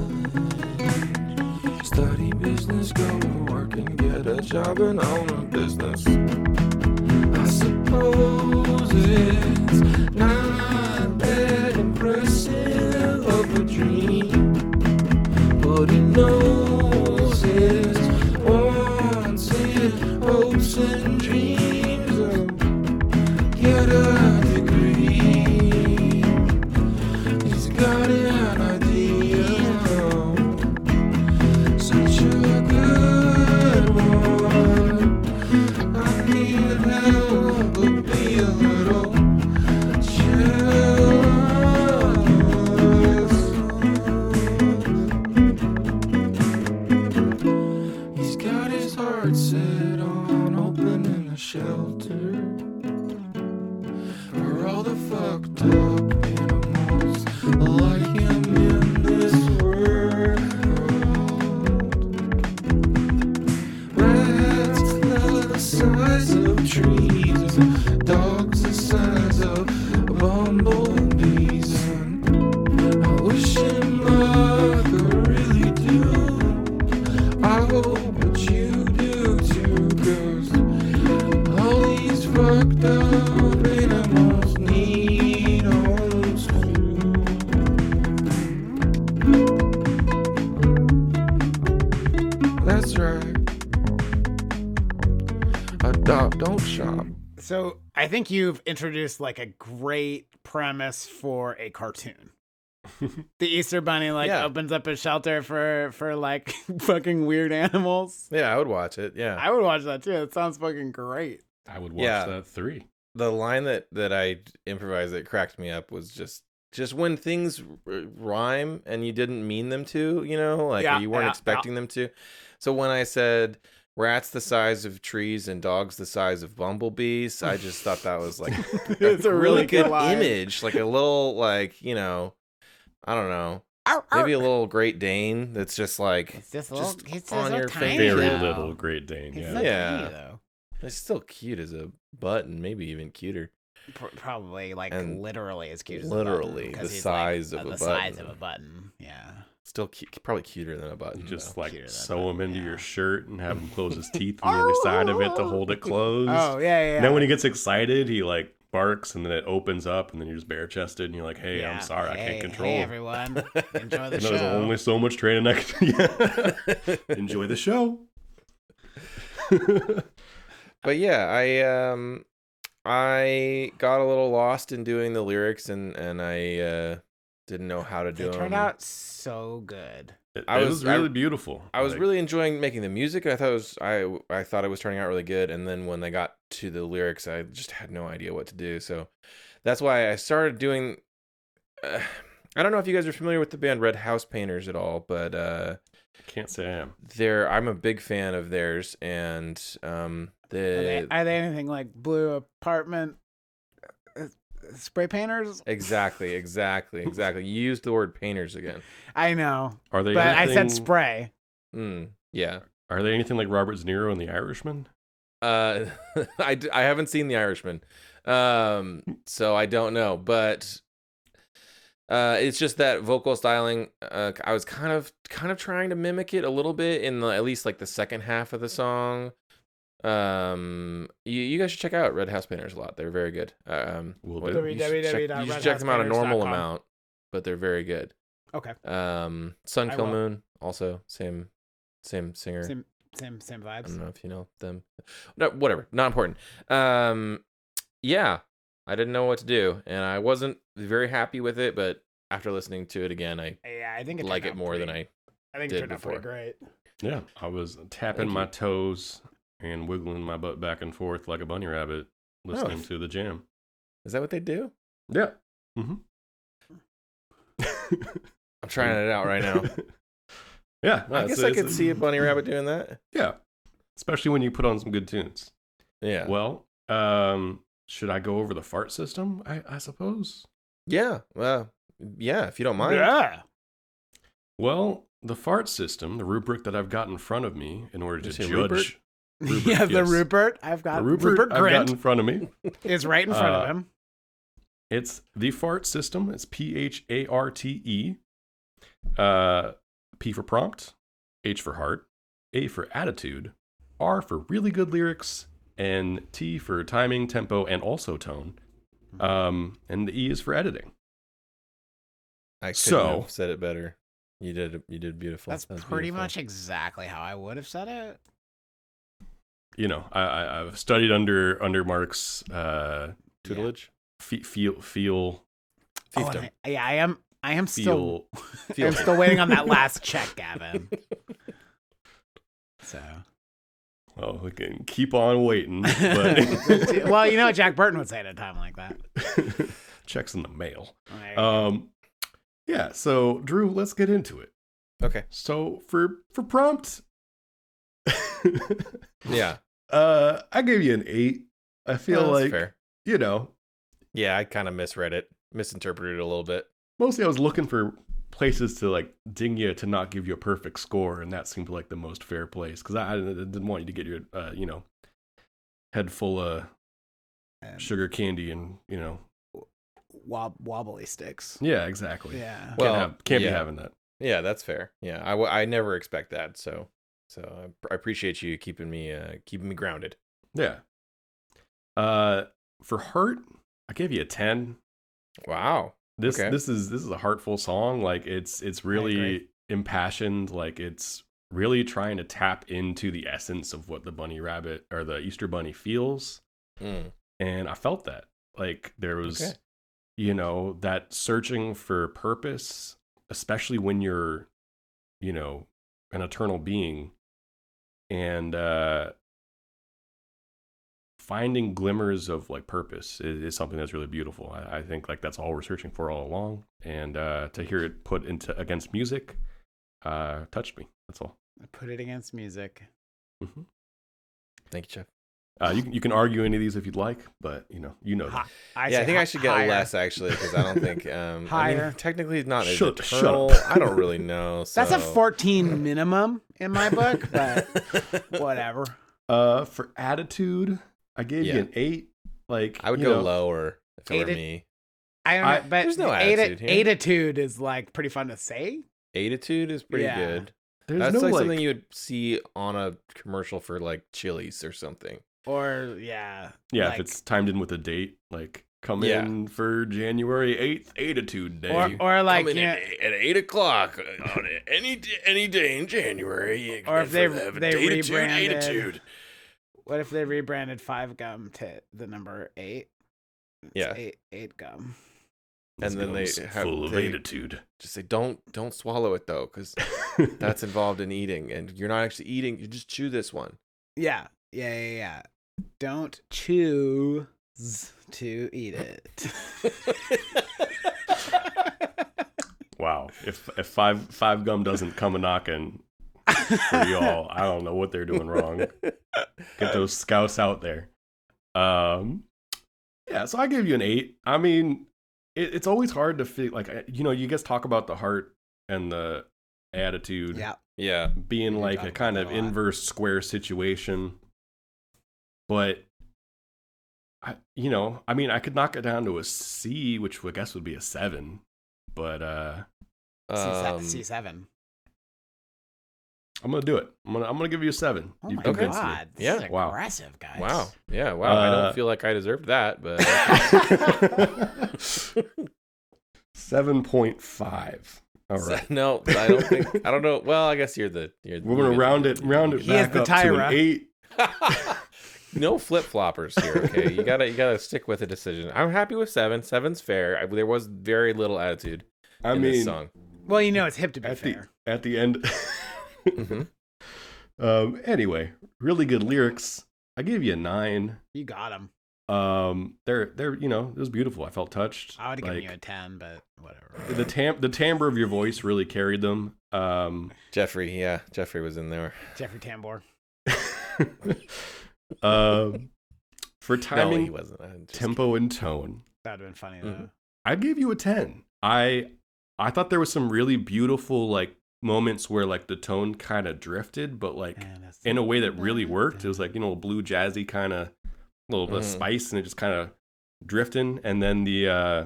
[SPEAKER 3] Study business, go to work and get a job and own a business. I suppose it's not that impressive of a dream, but it knows its wants, it hopes and dreams of get a degree. He's got an idea. Such a good one. I need help, but be a little jealous. He's got his heart set on opening a shelter.
[SPEAKER 1] I think you've introduced like a great premise for a cartoon. the Easter Bunny like
[SPEAKER 2] Yeah.
[SPEAKER 1] opens up a shelter for for like fucking weird animals.
[SPEAKER 2] Yeah, I would watch it. Yeah.
[SPEAKER 1] I would watch that too. That sounds fucking great.
[SPEAKER 4] I would watch
[SPEAKER 2] Yeah.
[SPEAKER 4] that three.
[SPEAKER 2] the line that that I d- improvised that cracked me up was just just when things r- rhyme and you didn't mean them to, you know, like or
[SPEAKER 1] Yeah,
[SPEAKER 2] you weren't
[SPEAKER 1] yeah, yeah.
[SPEAKER 2] expecting them to. So when I said rats the size of trees and dogs the size of bumblebees, I just thought that was like
[SPEAKER 1] it's a really,
[SPEAKER 2] good
[SPEAKER 1] line.
[SPEAKER 2] image, like a little like, you know, I don't know,
[SPEAKER 1] Arr, arr.
[SPEAKER 2] maybe a little Great Dane that's just like
[SPEAKER 1] Oh, It's just a little.
[SPEAKER 2] just
[SPEAKER 1] It's just
[SPEAKER 2] on
[SPEAKER 1] so
[SPEAKER 2] your
[SPEAKER 1] tiny,
[SPEAKER 2] face.
[SPEAKER 4] Very
[SPEAKER 1] though.
[SPEAKER 4] little Great Dane.
[SPEAKER 1] It's
[SPEAKER 4] Yeah.
[SPEAKER 1] so tiny,
[SPEAKER 2] Yeah.
[SPEAKER 1] though.
[SPEAKER 2] it's still cute as a button, maybe even cuter.
[SPEAKER 1] Pr- probably like
[SPEAKER 2] And
[SPEAKER 1] literally as cute as
[SPEAKER 2] literally
[SPEAKER 1] a button,
[SPEAKER 2] the
[SPEAKER 1] 'cause he's,
[SPEAKER 2] size
[SPEAKER 1] like,
[SPEAKER 2] of
[SPEAKER 1] uh,
[SPEAKER 2] a
[SPEAKER 1] the size
[SPEAKER 2] button.
[SPEAKER 1] of a button. Yeah.
[SPEAKER 2] Still cute, probably cuter than a button.
[SPEAKER 4] You
[SPEAKER 2] though.
[SPEAKER 4] just
[SPEAKER 1] Cuter
[SPEAKER 4] like
[SPEAKER 1] than
[SPEAKER 4] sew him
[SPEAKER 1] that,
[SPEAKER 4] into
[SPEAKER 1] yeah.
[SPEAKER 4] your shirt and have him close his teeth on the side of it to hold it closed.
[SPEAKER 1] Oh yeah, yeah.
[SPEAKER 4] Now when he gets excited, he like barks and then it opens up and then you're just bare chested and you're like, hey, I'm sorry, I
[SPEAKER 1] Hey-
[SPEAKER 4] can't control.
[SPEAKER 1] Hey
[SPEAKER 4] it."
[SPEAKER 1] everyone, enjoy the
[SPEAKER 4] And
[SPEAKER 1] show.
[SPEAKER 4] there's only so much training I can yeah. enjoy the show.
[SPEAKER 2] but yeah, I um I got a little lost in doing the lyrics and and I uh didn't know how to do
[SPEAKER 1] they
[SPEAKER 2] them.
[SPEAKER 1] turned out so good.
[SPEAKER 4] It,
[SPEAKER 2] I
[SPEAKER 4] it
[SPEAKER 2] was-
[SPEAKER 4] was, really
[SPEAKER 2] I-
[SPEAKER 4] beautiful.
[SPEAKER 2] I was
[SPEAKER 4] Like,
[SPEAKER 2] really enjoying making the music. I thought it was I I thought it was turning out really good and then when they got to the lyrics, I just had no idea what to do. So that's why I started doing uh, I don't know if you guys are familiar with the band Red House Painters at all, but uh
[SPEAKER 4] can't say I am.
[SPEAKER 2] they're I'm a big fan of theirs and um
[SPEAKER 1] Are they,
[SPEAKER 2] the
[SPEAKER 1] are they anything like blue apartment uh, spray painters?
[SPEAKER 2] Exactly, exactly, exactly. You used the word painters again.
[SPEAKER 1] I know,
[SPEAKER 4] Are they
[SPEAKER 1] but I
[SPEAKER 4] anything-
[SPEAKER 1] said spray.
[SPEAKER 2] Mm, yeah.
[SPEAKER 4] Are they anything like Robert De Niro and the Irishman?
[SPEAKER 2] Uh, I, d- I haven't seen The Irishman, um, so I don't know. But uh, it's just that vocal styling. Uh, I was kind of kind of trying to mimic it a little bit in the, at least like the second half of the song. Um, you, you guys should check out Red House Painters a lot. They're very good. Um,
[SPEAKER 4] Will
[SPEAKER 2] what-
[SPEAKER 4] do.
[SPEAKER 2] you should check, you should check them out a normal
[SPEAKER 1] www.redhousepainters.com.
[SPEAKER 2] amount, but they're very good.
[SPEAKER 1] Okay,
[SPEAKER 2] Um, Sun
[SPEAKER 1] I
[SPEAKER 2] Kill
[SPEAKER 1] will.
[SPEAKER 2] Moon also same same singer.
[SPEAKER 1] same, same, same
[SPEAKER 2] I don't
[SPEAKER 1] vibes.
[SPEAKER 2] know if you know them. No, whatever. Not important. Um, yeah, I didn't know what to do, and I wasn't very happy with it. But after listening to it again, I
[SPEAKER 1] Yeah, I think it
[SPEAKER 2] like
[SPEAKER 1] turned
[SPEAKER 2] it
[SPEAKER 1] out
[SPEAKER 2] more than
[SPEAKER 1] pretty-
[SPEAKER 2] I.
[SPEAKER 1] I think it
[SPEAKER 2] did
[SPEAKER 1] turned out pretty
[SPEAKER 2] before.
[SPEAKER 1] great.
[SPEAKER 4] Yeah, I was tapping
[SPEAKER 2] Thank
[SPEAKER 4] my
[SPEAKER 2] you.
[SPEAKER 4] toes and wiggling my butt back and forth like a bunny rabbit, listening
[SPEAKER 2] Oh.
[SPEAKER 4] to the jam.
[SPEAKER 2] Is that what they do?
[SPEAKER 4] Yeah. Mm-hmm.
[SPEAKER 2] I'm trying it out right now.
[SPEAKER 4] yeah,
[SPEAKER 2] Mm.
[SPEAKER 4] no,
[SPEAKER 2] I
[SPEAKER 4] it's-
[SPEAKER 2] guess I
[SPEAKER 4] it's-
[SPEAKER 2] could see a bunny rabbit doing that.
[SPEAKER 4] Yeah, especially when you put on some good tunes.
[SPEAKER 2] Yeah.
[SPEAKER 4] Well, um, should I go over the fart system? I, I suppose.
[SPEAKER 2] Yeah. Well. Yeah. If you don't mind.
[SPEAKER 1] Yeah.
[SPEAKER 4] Well, the fart system, the rubric that I've got in front of me in order to
[SPEAKER 2] Did you
[SPEAKER 4] judge.
[SPEAKER 2] say Rupert?
[SPEAKER 4] Rupert,
[SPEAKER 1] yeah, the
[SPEAKER 4] yes.
[SPEAKER 1] Rupert I've
[SPEAKER 2] Uh,
[SPEAKER 4] The
[SPEAKER 1] got.
[SPEAKER 4] Rupert,
[SPEAKER 1] Rupert,
[SPEAKER 4] I've got
[SPEAKER 1] Grint
[SPEAKER 4] in front of me.
[SPEAKER 1] is right in front
[SPEAKER 4] Uh,
[SPEAKER 1] of him.
[SPEAKER 4] It's the fart system. It's P H A R T E. Uh, P for prompt, H for heart, A for attitude, R for really good lyrics, and T for timing, tempo, and also tone. Um, and the E is for editing.
[SPEAKER 2] I couldn't
[SPEAKER 4] So-
[SPEAKER 2] have said it better. You did. You did beautiful.
[SPEAKER 1] That's
[SPEAKER 2] That was
[SPEAKER 1] pretty
[SPEAKER 2] beautiful.
[SPEAKER 1] much exactly how I would have said it.
[SPEAKER 4] You know, I, I, I've studied under under Mark's uh,
[SPEAKER 2] tutelage.
[SPEAKER 4] fe- feel feel
[SPEAKER 1] Oh, and I- yeah, I am. I am still.
[SPEAKER 4] feel.
[SPEAKER 1] I'm still waiting on that last check, Gavin. So,
[SPEAKER 4] Well, Oh, we can keep on waiting, but
[SPEAKER 1] well, you know, what Jack Burton would say at a time like that.
[SPEAKER 4] checks in the mail.
[SPEAKER 1] Like,
[SPEAKER 4] Um, yeah. So, Drew, let's get into it.
[SPEAKER 2] Okay.
[SPEAKER 4] So for for prompt,
[SPEAKER 2] Yeah.
[SPEAKER 4] uh, I gave you an eight. I feel
[SPEAKER 2] Well, that's
[SPEAKER 4] like
[SPEAKER 2] fair.
[SPEAKER 4] you know,
[SPEAKER 2] Yeah, I kind of misread it, misinterpreted it a little bit.
[SPEAKER 4] mostly I was looking for places to like ding you to not give you a perfect score, and that seemed like the most fair place because I, I didn't didn't want you to get your uh, you know head full of
[SPEAKER 1] and
[SPEAKER 4] sugar candy and you know
[SPEAKER 1] wob- wobbly sticks.
[SPEAKER 4] yeah exactly
[SPEAKER 1] Yeah.
[SPEAKER 4] can't,
[SPEAKER 2] Well,
[SPEAKER 4] have, can't
[SPEAKER 2] yeah.
[SPEAKER 4] be having that
[SPEAKER 2] Yeah, that's fair. Yeah, I, w- I never expect that. So so I, pr- I appreciate you keeping me uh keeping me grounded.
[SPEAKER 4] yeah uh for heart I gave you a ten
[SPEAKER 2] Wow.
[SPEAKER 4] this
[SPEAKER 2] Okay.
[SPEAKER 4] this is this is a heartful song like it's it's really
[SPEAKER 1] agree.
[SPEAKER 4] impassioned like it's really trying to tap into the essence of what the bunny rabbit or the easter bunny feels
[SPEAKER 2] Mm.
[SPEAKER 4] and I felt that like there was
[SPEAKER 2] Okay.
[SPEAKER 4] you know that searching for purpose, especially when you're you know an eternal being, and uh, finding glimmers of like purpose is, is something that's really beautiful. I, I think like that's all we're searching for all along, and uh, to hear it put into against music uh, touched me. That's all.
[SPEAKER 1] I put it against music.
[SPEAKER 4] Mhm.
[SPEAKER 2] Thank you, Jeff.
[SPEAKER 4] Uh, you can you can argue any of these if you'd like, but you know you know that.
[SPEAKER 1] Ha- I
[SPEAKER 2] yeah, I
[SPEAKER 1] say
[SPEAKER 2] think
[SPEAKER 1] hi-
[SPEAKER 2] I should get
[SPEAKER 1] higher.
[SPEAKER 2] less actually because I don't think um, I
[SPEAKER 1] Higher.
[SPEAKER 2] mean, technically not as
[SPEAKER 4] Shut- shut
[SPEAKER 2] eternal.
[SPEAKER 4] up.
[SPEAKER 2] I don't really know. So.
[SPEAKER 1] That's a 14 minimum in my book, but whatever.
[SPEAKER 4] Uh, for attitude, I gave you
[SPEAKER 2] Yeah.
[SPEAKER 4] an eight. Like
[SPEAKER 2] I would
[SPEAKER 4] you
[SPEAKER 2] go
[SPEAKER 4] know,
[SPEAKER 2] lower if it
[SPEAKER 1] Eight
[SPEAKER 2] were
[SPEAKER 1] it-
[SPEAKER 2] me.
[SPEAKER 1] I don't
[SPEAKER 4] I-
[SPEAKER 1] know, but
[SPEAKER 2] there's no
[SPEAKER 1] ati-
[SPEAKER 2] attitude here.
[SPEAKER 1] attitude is like pretty fun to say.
[SPEAKER 2] Attitude is pretty
[SPEAKER 1] Yeah.
[SPEAKER 2] good.
[SPEAKER 4] There's
[SPEAKER 2] That's
[SPEAKER 4] no
[SPEAKER 2] like,
[SPEAKER 4] like,
[SPEAKER 2] something you would see on a commercial for like Chili's or something.
[SPEAKER 1] Or yeah.
[SPEAKER 4] yeah.
[SPEAKER 1] like-
[SPEAKER 4] if it's timed in with a date, like come
[SPEAKER 2] Yeah.
[SPEAKER 4] in for January eighth, attitude day.
[SPEAKER 1] or or like you
[SPEAKER 2] Come in
[SPEAKER 1] know,
[SPEAKER 2] at, at eight o'clock on any d- any day in January. you
[SPEAKER 1] Or if
[SPEAKER 2] can
[SPEAKER 1] they-
[SPEAKER 2] have a
[SPEAKER 1] they
[SPEAKER 2] datitude,
[SPEAKER 1] rebranded.
[SPEAKER 2] attitude.
[SPEAKER 1] what if they rebranded five gum to the number eight? It's
[SPEAKER 2] Yeah.
[SPEAKER 1] eight eight gum.
[SPEAKER 4] This
[SPEAKER 2] and then they
[SPEAKER 4] gum's
[SPEAKER 2] have-
[SPEAKER 4] full of
[SPEAKER 2] they-
[SPEAKER 4] attitude.
[SPEAKER 2] Just say don't don't swallow it though, because that's involved in eating, and you're not actually eating. You just chew this one.
[SPEAKER 1] Yeah, yeah, yeah, yeah. Don't choose to eat it.
[SPEAKER 4] wow. If if five five gum doesn't come a knocking for y'all, I don't know what they're doing wrong. Get those scouts out there. Um, yeah. So I gave you an eight. I mean, it, it's always hard to feel like I- you know you guys talk about the heart and the attitude.
[SPEAKER 1] yeah,
[SPEAKER 2] Yeah,
[SPEAKER 4] being
[SPEAKER 1] We do
[SPEAKER 4] like
[SPEAKER 1] talk
[SPEAKER 4] a
[SPEAKER 1] about
[SPEAKER 4] kind
[SPEAKER 1] that
[SPEAKER 4] of
[SPEAKER 1] a lot.
[SPEAKER 4] inverse square situation. But I, you know, I mean, I could knock it down to a C, which I guess would be a seven. But uh
[SPEAKER 2] um,
[SPEAKER 1] C seven.
[SPEAKER 4] I'm gonna do it. I'm gonna I'm gonna give you a seven.
[SPEAKER 1] Oh
[SPEAKER 4] You've
[SPEAKER 1] my
[SPEAKER 4] convinced me.
[SPEAKER 1] god, this
[SPEAKER 2] Yeah.
[SPEAKER 1] is
[SPEAKER 4] Wow.
[SPEAKER 1] aggressive, guys.
[SPEAKER 2] wow. Yeah, wow. I
[SPEAKER 4] Uh,
[SPEAKER 2] don't feel like I deserved that, but
[SPEAKER 4] seven point five. All right.
[SPEAKER 2] no, I don't think I don't know. Well, I guess you're the you're.
[SPEAKER 4] We're gonna
[SPEAKER 2] you're the-
[SPEAKER 4] round it round it
[SPEAKER 1] He is
[SPEAKER 4] back
[SPEAKER 1] the
[SPEAKER 4] up to
[SPEAKER 1] Tyra.
[SPEAKER 4] an eight.
[SPEAKER 2] no flip floppers here. Okay, you gotta you gotta stick with a decision. I'm happy with seven. Seven's fair. I, there was very little attitude
[SPEAKER 4] I
[SPEAKER 2] in this
[SPEAKER 4] mean
[SPEAKER 2] song.
[SPEAKER 1] Well, you know it's hip to be
[SPEAKER 4] at
[SPEAKER 1] fair.
[SPEAKER 4] the at the end
[SPEAKER 2] Mhm.
[SPEAKER 4] um anyway, really good lyrics. I gave you a nine.
[SPEAKER 1] You got him.
[SPEAKER 4] um they're they're you know it was beautiful i felt touched
[SPEAKER 1] I would have given
[SPEAKER 4] Like,
[SPEAKER 1] you a ten, but whatever.
[SPEAKER 4] the tam the timbre of your voice really carried them um
[SPEAKER 2] Jeffrey, yeah, Jeffrey was in there.
[SPEAKER 1] Jeffrey Tambor.
[SPEAKER 4] um, for
[SPEAKER 2] no,
[SPEAKER 4] timing
[SPEAKER 2] he wasn't. I'm just
[SPEAKER 4] tempo and tone
[SPEAKER 1] That'd have been funny though.
[SPEAKER 2] Mhm.
[SPEAKER 4] Mm-hmm. i gave you a 10 i i thought there was some really beautiful like moments where like the tone kind of drifted but like
[SPEAKER 1] And it's-
[SPEAKER 4] in a way that really worked it was like you know a blue jazzy kind of little bit of
[SPEAKER 2] Mhm.
[SPEAKER 4] spice and it just kind of drifting and then the uh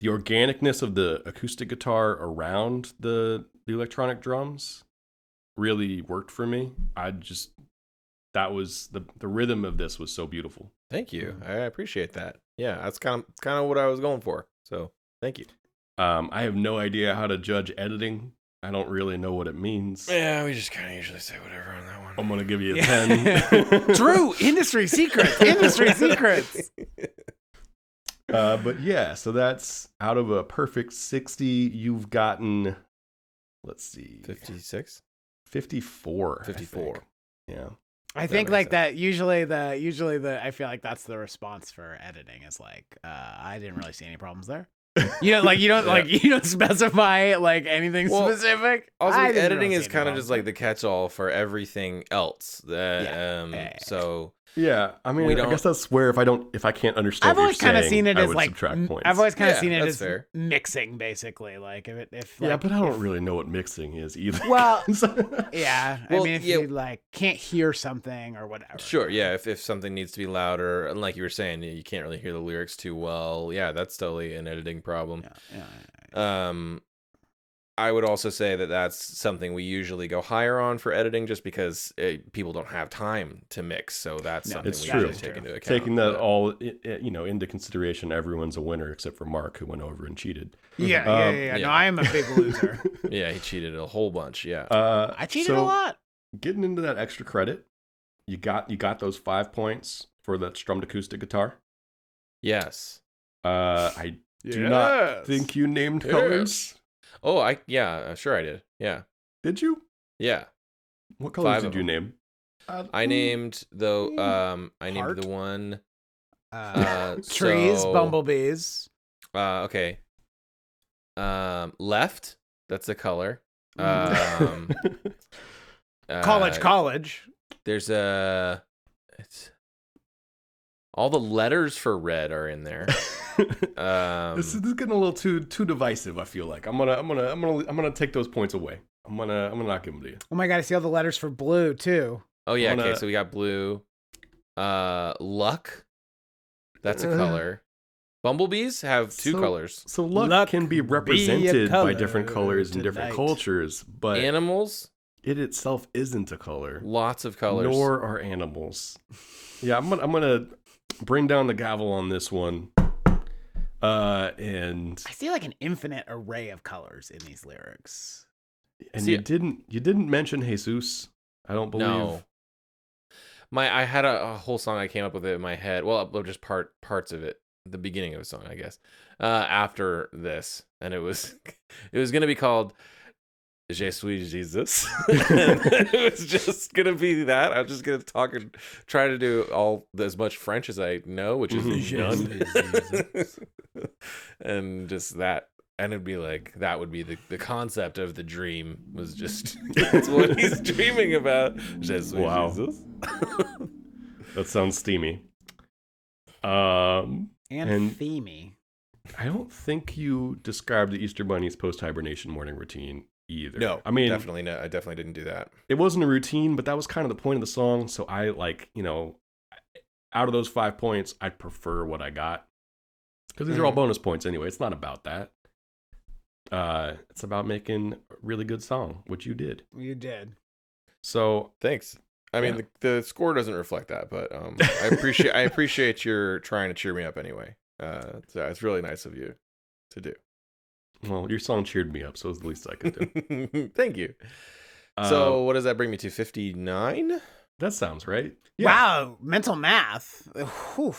[SPEAKER 4] the organicness of the acoustic guitar around the the electronic drums really worked for me i just that was the the rhythm of this was so beautiful
[SPEAKER 2] Thank you. I appreciate that. Yeah, that's kind of kind of what I was going for. So thank you.
[SPEAKER 4] um i have no idea how to judge editing i don't really know what it means
[SPEAKER 3] Eh.
[SPEAKER 2] Yeah, we just kind of usually say whatever on that
[SPEAKER 4] i'm gonna give you a
[SPEAKER 1] Yeah.
[SPEAKER 4] 10
[SPEAKER 1] Drew, industry secrets, industry secrets.
[SPEAKER 4] uh, but yeah, so that's out of a perfect 60, you've gotten, let's see,
[SPEAKER 2] Fifty-six.
[SPEAKER 4] 54. I think.
[SPEAKER 2] 54.
[SPEAKER 4] Yeah.
[SPEAKER 1] I
[SPEAKER 2] That
[SPEAKER 1] think
[SPEAKER 2] makes
[SPEAKER 1] like
[SPEAKER 2] sense.
[SPEAKER 1] that. Usually the usually the I feel like that's the response for editing is like uh, I didn't really see any problems there. You know, like you don't
[SPEAKER 2] Yeah.
[SPEAKER 1] like you don't specify like anything
[SPEAKER 2] Well,
[SPEAKER 1] specific.
[SPEAKER 2] Also,
[SPEAKER 1] I didn't
[SPEAKER 2] editing
[SPEAKER 1] really
[SPEAKER 2] is
[SPEAKER 1] see any
[SPEAKER 2] kind of
[SPEAKER 1] problems
[SPEAKER 2] just like
[SPEAKER 1] there.
[SPEAKER 2] the catch-all for everything else. That, um,
[SPEAKER 1] yeah, yeah.
[SPEAKER 2] So
[SPEAKER 4] Yeah. I mean,
[SPEAKER 2] We
[SPEAKER 4] I
[SPEAKER 2] don't-
[SPEAKER 4] guess that's where if I don't, if I can't understand,
[SPEAKER 1] I've
[SPEAKER 4] what
[SPEAKER 1] always
[SPEAKER 4] you're
[SPEAKER 1] kind of
[SPEAKER 4] saying,
[SPEAKER 1] seen it
[SPEAKER 4] I
[SPEAKER 1] as
[SPEAKER 4] would
[SPEAKER 1] like
[SPEAKER 4] subtract
[SPEAKER 1] m-
[SPEAKER 4] points.
[SPEAKER 1] I've always kind of
[SPEAKER 2] Yeah,
[SPEAKER 1] seen it
[SPEAKER 2] that's
[SPEAKER 1] as
[SPEAKER 2] fair.
[SPEAKER 1] mixing basically. Like if it if
[SPEAKER 4] yeah,
[SPEAKER 1] like,
[SPEAKER 4] but I don't
[SPEAKER 1] if-
[SPEAKER 4] really know what mixing is either.
[SPEAKER 1] Well,
[SPEAKER 4] So-
[SPEAKER 1] yeah. I
[SPEAKER 2] Well,
[SPEAKER 1] mean, if
[SPEAKER 2] yeah.
[SPEAKER 1] you like can't hear something or whatever.
[SPEAKER 2] sure, yeah. If if something needs to be louder, and like you were saying, you can't really hear the lyrics too well. Yeah, that's totally an editing problem.
[SPEAKER 1] Yeah, yeah,
[SPEAKER 2] Um, I would also say that that's something we usually go higher on for editing, just because uh people don't have time to mix. So that's
[SPEAKER 1] No,
[SPEAKER 2] something
[SPEAKER 4] it's
[SPEAKER 2] we
[SPEAKER 4] true.
[SPEAKER 2] usually take into account.
[SPEAKER 4] Taking that
[SPEAKER 2] but-
[SPEAKER 4] all, i- i- you know, into consideration, everyone's a winner except for Mark, who went over and cheated.
[SPEAKER 1] yeah, yeah,
[SPEAKER 4] Um,
[SPEAKER 1] yeah, yeah.
[SPEAKER 2] yeah.
[SPEAKER 1] No, I am a big loser.
[SPEAKER 2] Yeah, he cheated a whole bunch. Yeah.
[SPEAKER 4] Uh,
[SPEAKER 1] I cheated
[SPEAKER 4] so-
[SPEAKER 1] a lot.
[SPEAKER 4] getting into that extra credit, you got you got those five points for that strummed acoustic guitar.
[SPEAKER 2] Yes.
[SPEAKER 4] Uh, I do not think you named
[SPEAKER 2] Yes.
[SPEAKER 4] colors.
[SPEAKER 2] Oh, I yeah, uh, sure I did. Yeah,
[SPEAKER 4] Did you?
[SPEAKER 2] yeah.
[SPEAKER 4] What
[SPEAKER 2] Five
[SPEAKER 4] colors
[SPEAKER 2] of
[SPEAKER 4] did you
[SPEAKER 2] them.
[SPEAKER 4] name? Uh,
[SPEAKER 2] I
[SPEAKER 1] hmm.
[SPEAKER 2] named the
[SPEAKER 4] Mm.
[SPEAKER 2] um, I named
[SPEAKER 1] Heart?
[SPEAKER 2] the one.
[SPEAKER 1] Uh,
[SPEAKER 2] Uh,
[SPEAKER 1] trees,
[SPEAKER 2] so,
[SPEAKER 1] bumblebees.
[SPEAKER 2] Uh, okay. Um, left. That's the color. Um, uh,
[SPEAKER 1] college, college.
[SPEAKER 2] There's a. It's, all the letters for red are in there. Um,
[SPEAKER 4] this, is, this is getting a little too too divisive. I feel like I'm gonna I'm gonna I'm gonna I'm gonna take those points away. I'm gonna I'm gonna not give them to you.
[SPEAKER 1] Oh my god, I see all the letters for blue too.
[SPEAKER 2] oh yeah.
[SPEAKER 4] wanna-
[SPEAKER 2] Okay, so we got blue. Uh, luck. That's a
[SPEAKER 4] Uh,
[SPEAKER 2] color. Bumblebees have two
[SPEAKER 4] so-
[SPEAKER 2] colors.
[SPEAKER 4] So luck,
[SPEAKER 1] Luck
[SPEAKER 4] can
[SPEAKER 1] be
[SPEAKER 4] be
[SPEAKER 1] a
[SPEAKER 4] represented by
[SPEAKER 1] color
[SPEAKER 4] different colors and different
[SPEAKER 1] tonight.
[SPEAKER 4] cultures, but
[SPEAKER 2] Animals,
[SPEAKER 4] it itself isn't a color.
[SPEAKER 2] lots of colors.
[SPEAKER 4] Nor are animals. Yeah, I'm gonna I'm gonna bring down the gavel on this one. Uh, and
[SPEAKER 1] I see like an infinite array of colors in these lyrics.
[SPEAKER 4] and
[SPEAKER 2] See-
[SPEAKER 4] you didn't you didn't mention Jesus. I don't believe.
[SPEAKER 2] No. My I had a, a whole song I came up with it in my head. Well, well, just part parts of it, the beginning of a song, I guess. Uh, after this, and it was it was gonna be called "Je suis Jesus." and it was just gonna be that. I was just gonna talk and try to do all as much French as I know, which is
[SPEAKER 4] Mhm.
[SPEAKER 2] none, and just that. And it'd be like that would be the, the concept of the dream was just that's what he's dreaming about. Je suis
[SPEAKER 4] Wow.
[SPEAKER 2] Jesus.
[SPEAKER 4] That sounds steamy. Um,
[SPEAKER 1] And,
[SPEAKER 4] And-
[SPEAKER 1] themey.
[SPEAKER 4] I don't think you described the Easter Bunny's post hibernation morning routine either.
[SPEAKER 2] No,
[SPEAKER 4] I mean
[SPEAKER 2] definitely no. I definitely didn't do that.
[SPEAKER 4] it wasn't a routine, but that was kind of the point of the song. So I like you know, out of those five points, I prefer what I got because these are
[SPEAKER 1] Mm-hmm.
[SPEAKER 4] all
[SPEAKER 2] Mhm.
[SPEAKER 4] bonus points anyway. It's not about that. Uh, it's about making a really good song, which you did.
[SPEAKER 1] You did.
[SPEAKER 4] So
[SPEAKER 2] Thanks. I mean,
[SPEAKER 4] Yeah.
[SPEAKER 2] the, the score doesn't reflect that, but um, I appreciate I appreciate your trying to cheer me up anyway. Uh, so it's really nice of you to
[SPEAKER 4] well, your song cheered me up, so it's the least I could do.
[SPEAKER 2] do. Thank you.
[SPEAKER 4] Uh,
[SPEAKER 2] so what does that bring me to? Fifty nine.
[SPEAKER 4] that sounds right.
[SPEAKER 1] Wow, mental math. Whew.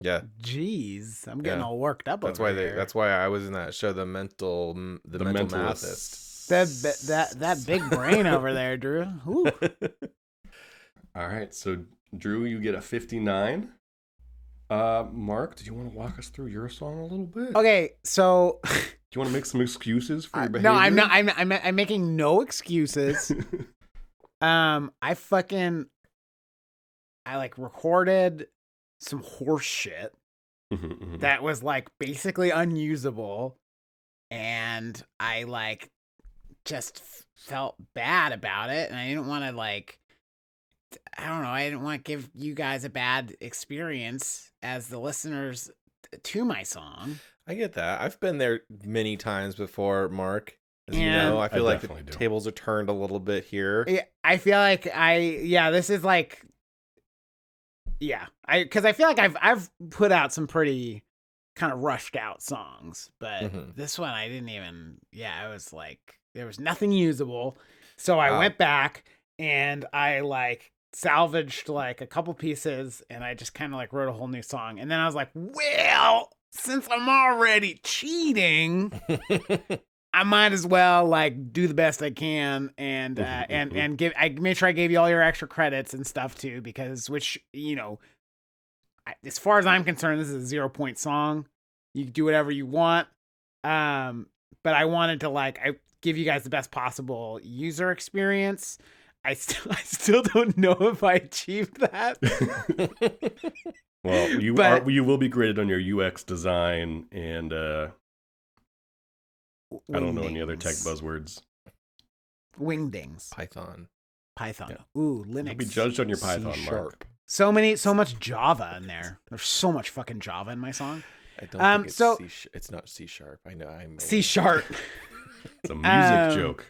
[SPEAKER 2] Yeah,
[SPEAKER 1] Jeez, I'm getting
[SPEAKER 2] Yeah.
[SPEAKER 1] all worked up.
[SPEAKER 2] that's
[SPEAKER 1] over
[SPEAKER 2] why they.
[SPEAKER 1] here.
[SPEAKER 2] That's why I was in that show, the mental, the, mental mathist.
[SPEAKER 1] that bi- that that big brain over there, Drew. Ooh.
[SPEAKER 4] All right, so Drew, you get a 59. Uh, Mark, did you want to walk us through your song a little bit? Do
[SPEAKER 1] Okay, so
[SPEAKER 4] you want to make some excuses for
[SPEAKER 1] I-
[SPEAKER 4] your
[SPEAKER 1] no,
[SPEAKER 4] behavior?
[SPEAKER 1] I'm not. I'm I'm I'm making no excuses. um, I fucking I like recorded some horse shit.
[SPEAKER 4] Mhm, mhm.
[SPEAKER 1] that was like basically unusable and i like just f- felt bad about it and i didn't want to like i don't know i didn't want to give you guys a bad experience as the listeners to my song
[SPEAKER 2] I get that. I've been there many times before, Mark. As you
[SPEAKER 1] Yeah.
[SPEAKER 2] know, I
[SPEAKER 4] I
[SPEAKER 2] feel like the
[SPEAKER 4] definitely do.
[SPEAKER 2] tables are turned a little bit here.
[SPEAKER 1] Yeah, i feel like i yeah this is like yeah i because i feel like i've i've put out some pretty kind of rushed out songs but
[SPEAKER 2] Mhm.
[SPEAKER 1] this one i didn't even yeah i was like there was nothing usable so i
[SPEAKER 2] Wow.
[SPEAKER 1] went back and i like salvaged like a couple pieces and i just kind of like wrote a whole new song and then i was like well since i'm already cheating I might as well like do the best I can and uh,
[SPEAKER 4] Mhm,
[SPEAKER 1] and
[SPEAKER 4] mhm.
[SPEAKER 1] and give I made sure I gave you all your extra credits and stuff too because which you know I, as far as I'm concerned this is a zero point song you can do whatever you want um but I wanted to like I give you guys the best possible user experience I still I still don't know if I achieved that
[SPEAKER 4] Well, you
[SPEAKER 1] But-
[SPEAKER 4] are you will be graded on your UX design and uh I don't know any other tech
[SPEAKER 1] Wingdings.
[SPEAKER 4] buzzwords.
[SPEAKER 1] wingdings
[SPEAKER 2] Python.
[SPEAKER 1] Python ooh Linux
[SPEAKER 4] You'll be judged on your Python,
[SPEAKER 2] C
[SPEAKER 4] Mark.
[SPEAKER 2] sharp.
[SPEAKER 1] So many, so much Java in there. There's so much fucking Java in my song.
[SPEAKER 2] I don't
[SPEAKER 1] Um,
[SPEAKER 2] think it's
[SPEAKER 1] so-
[SPEAKER 2] C sh- it's not C sharp. I know I'm
[SPEAKER 1] C sharp.
[SPEAKER 4] It's a music
[SPEAKER 1] Um,
[SPEAKER 4] joke.